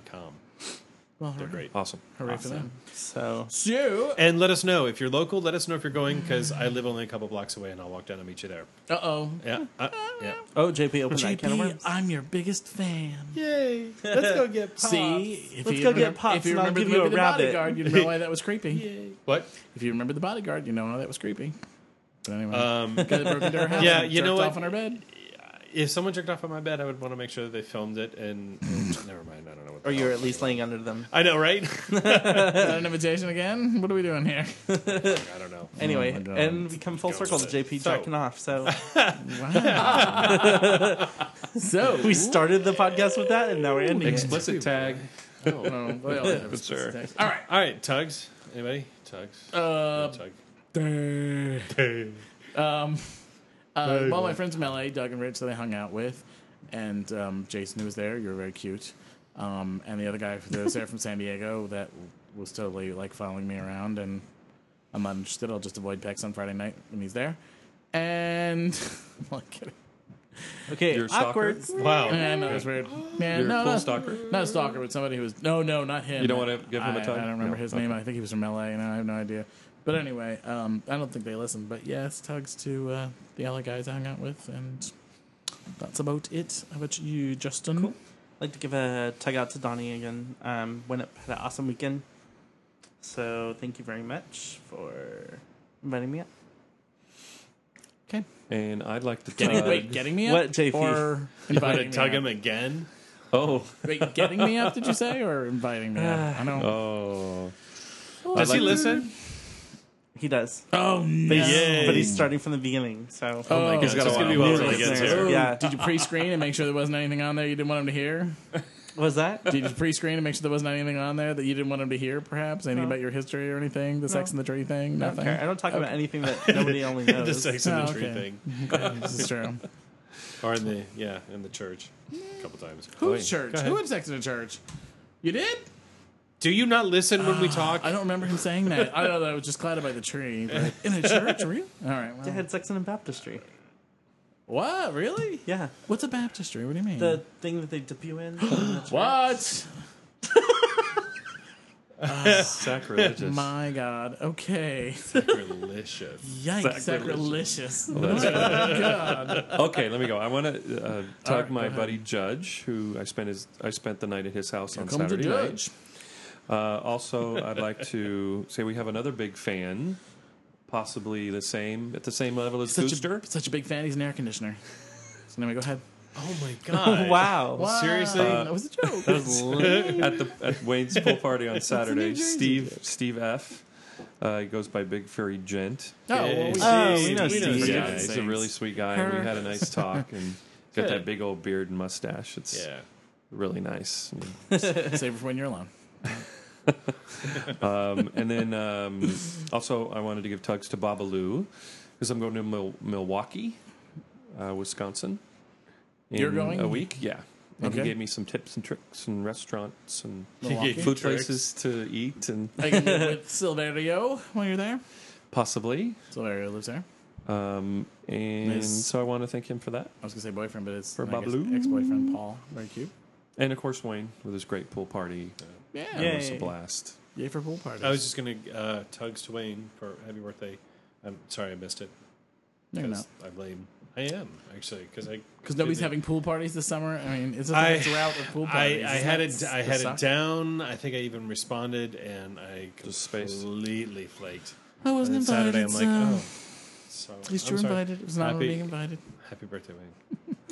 Well, They're hooray, great. Awesome. hooray for them. So So, And let us know if you're local. Let us know if you're going because I live only a couple blocks away, and I'll walk down and meet you there. uh oh, Yeah, uh, yeah. oh, JP, open that can JP, of worms. I'm your biggest fan. Yay! Let's go get pops. See, if Let's you go remember- get Pops If you and I'll remember the give you a movie The rabbit. Bodyguard, you'd know why that was creepy. What? If you remember The Bodyguard, you know why that was creepy. But anyway, Um, guy that broke into her house yeah, and you jerked know what? off on her bed. If someone jerked off on my bed, I would want to make sure that they filmed it. And, and- never mind, I don't know what. the Or hell you're I'm at least talking laying under them. about. I know, right? Is that an invitation again? What are we doing here? I don't know. Anyway, my God. and we come full Go circle to with it. JP So- jacking off. So Wow. so we started the podcast with that, and now we're ending it. Explicit tag. Oh, no, we all have Sure. specific- All right. All right, tugs. Anybody? Tugs. Uh, Tug. um, uh, well, my friends from LA, Doug and Rich, that I hung out with, and um, Jason, who was there, you were very cute. Um, and the other guy that was there from San Diego that was totally like following me around, and I'm not interested. I'll just avoid Pex on Friday night when he's there. And I'm not kidding. Okay, You're a stalker? awkward. Wow. Man, that was weird. Man, You're a no, cool no. stalker? Not a stalker, but somebody who was. No, no, not him. You don't wanna give him a I- tug? I, don't remember No, his name. I think he was from LA, and I have no idea. But anyway, um, I don't think they listen. But yes, tugs to uh, the LA guys I hung out with, and that's about it. How about you, Justin? I'd like to give a tug out to Donnie again. Um, went up, had an awesome weekend. So thank you very much for inviting me up. Okay. And I'd like to Getting, tug- wait, getting me up? What, JP? Or But inviting to me tug up? him again. Oh, Wait, getting me up, did you say? Or inviting me up? I don't. oh. Does he like- listen? He does. Oh, no. But he's- Yay. but he's starting from the beginning. So Oh, my He's God. got It's a gonna be while one of until he those gets things. here. Yeah. Did you pre-screen and make sure there wasn't anything on there you didn't want him to hear? what was that? Did you pre-screen and make sure there wasn't anything on there that you didn't want him to hear? Perhaps anything No. about your history or anything? The Sex No. and the Tree thing? I don't Nothing. care. I don't talk about anything that nobody only knows. the sex and Oh, the tree okay. thing, Okay, this is true. or in the yeah, in the church, a couple times. Who's Wait, church? go ahead. Who had sex in a church? You did? Do you not listen when we talk? I don't remember him saying that. I know that I was just clouded by the tree. But in a church, really? All right. I Well. had sex in a baptistry. What? Really? Yeah, What's a baptistry? What do you mean? the thing that they dip you in. what? Sacrilegious. My God. Okay. Delicious. Yikes. Sacrilegious. God. okay, let me go. I want to uh, All tug right, go my ahead. buddy Judge, who I spent his I spent the night at his house on Come to Saturday night. judge. Uh, also, I'd like to say we have another big fan, possibly the same at the same level as Such Gooster. a, such a big fan. He's an air conditioner. So anyway, go ahead. Oh my god! Wow. Seriously? Wow, that was a joke. at the at Wayne's pool party on Saturday, Jersey Steve Steve F. Uh, he goes by Big Furry Gent. Oh, well, we, Oh, Steve. we know Steve. Yeah, Steve. he's a really sweet guy. and Her. We had a nice talk and got Good. that big old beard and mustache. It's Yeah. really nice. save it for when you're alone. Um, and then um, also, I wanted to give tugs to Babalu because I'm going to Mil- Milwaukee, uh, Wisconsin. In You're going? a week, yeah. And Okay. he gave me some tips and tricks and restaurants and Milwaukee? food Tricks. places to eat and I can live with Silverio while you're there. possibly. Silverio lives there. Um, and Nice. so I want to thank him for that, I was gonna say boyfriend, but it's For I guess, Babalu. ex-boyfriend Paul. Very cute. and of course Wayne with his great pool party. Yeah. Uh, It was a Yay. blast. Yay for pool parties. I was just gonna uh, tugs to Wayne for happy birthday. I'm sorry I missed it. no, you're 'cause I blame. I am actually because I because nobody's didn't- having pool parties this summer. I mean, it's a I- drought of pool I, parties. I Isn't had that it. s- I the had it suck? down. I think I even responded, and I Just spaced. completely flaked. I wasn't And then invited. Saturday, I'm like, so- oh. So, At least I'm you were sorry. invited. It was not Happy- being invited. Happy birthday,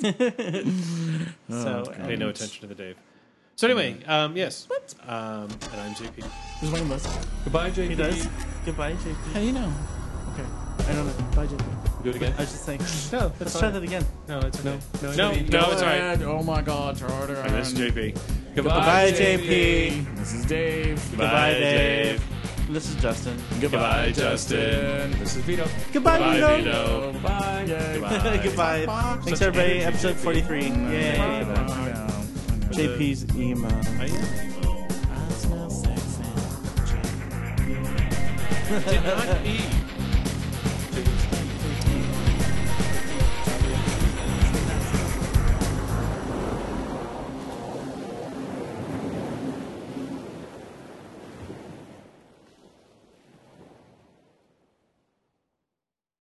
Wayne. Oh, So Pay no attention to the Dave. So anyway, um, yes, um, and I'm JP. There's one list. Goodbye, JP. he does. Goodbye, JP. How do you know? Okay. I don't know. Bye, JP. Do it again. I was just saying. No, Let's try that again. No, it's okay. no, no, no, it's it's all right. Dad, Oh my God, Charter. I missed JP. Goodbye, Bye, JP. This is Dave. Goodbye, Dave. This is Justin. Goodbye, Justin. This is Vito. Goodbye, Goodbye, Vito. Vito. Bye. Goodbye. Goodbye. Thanks, Such everybody. energy, Episode JP. 43. Yay. JP's emo. I am. I smell sex and Did not eat.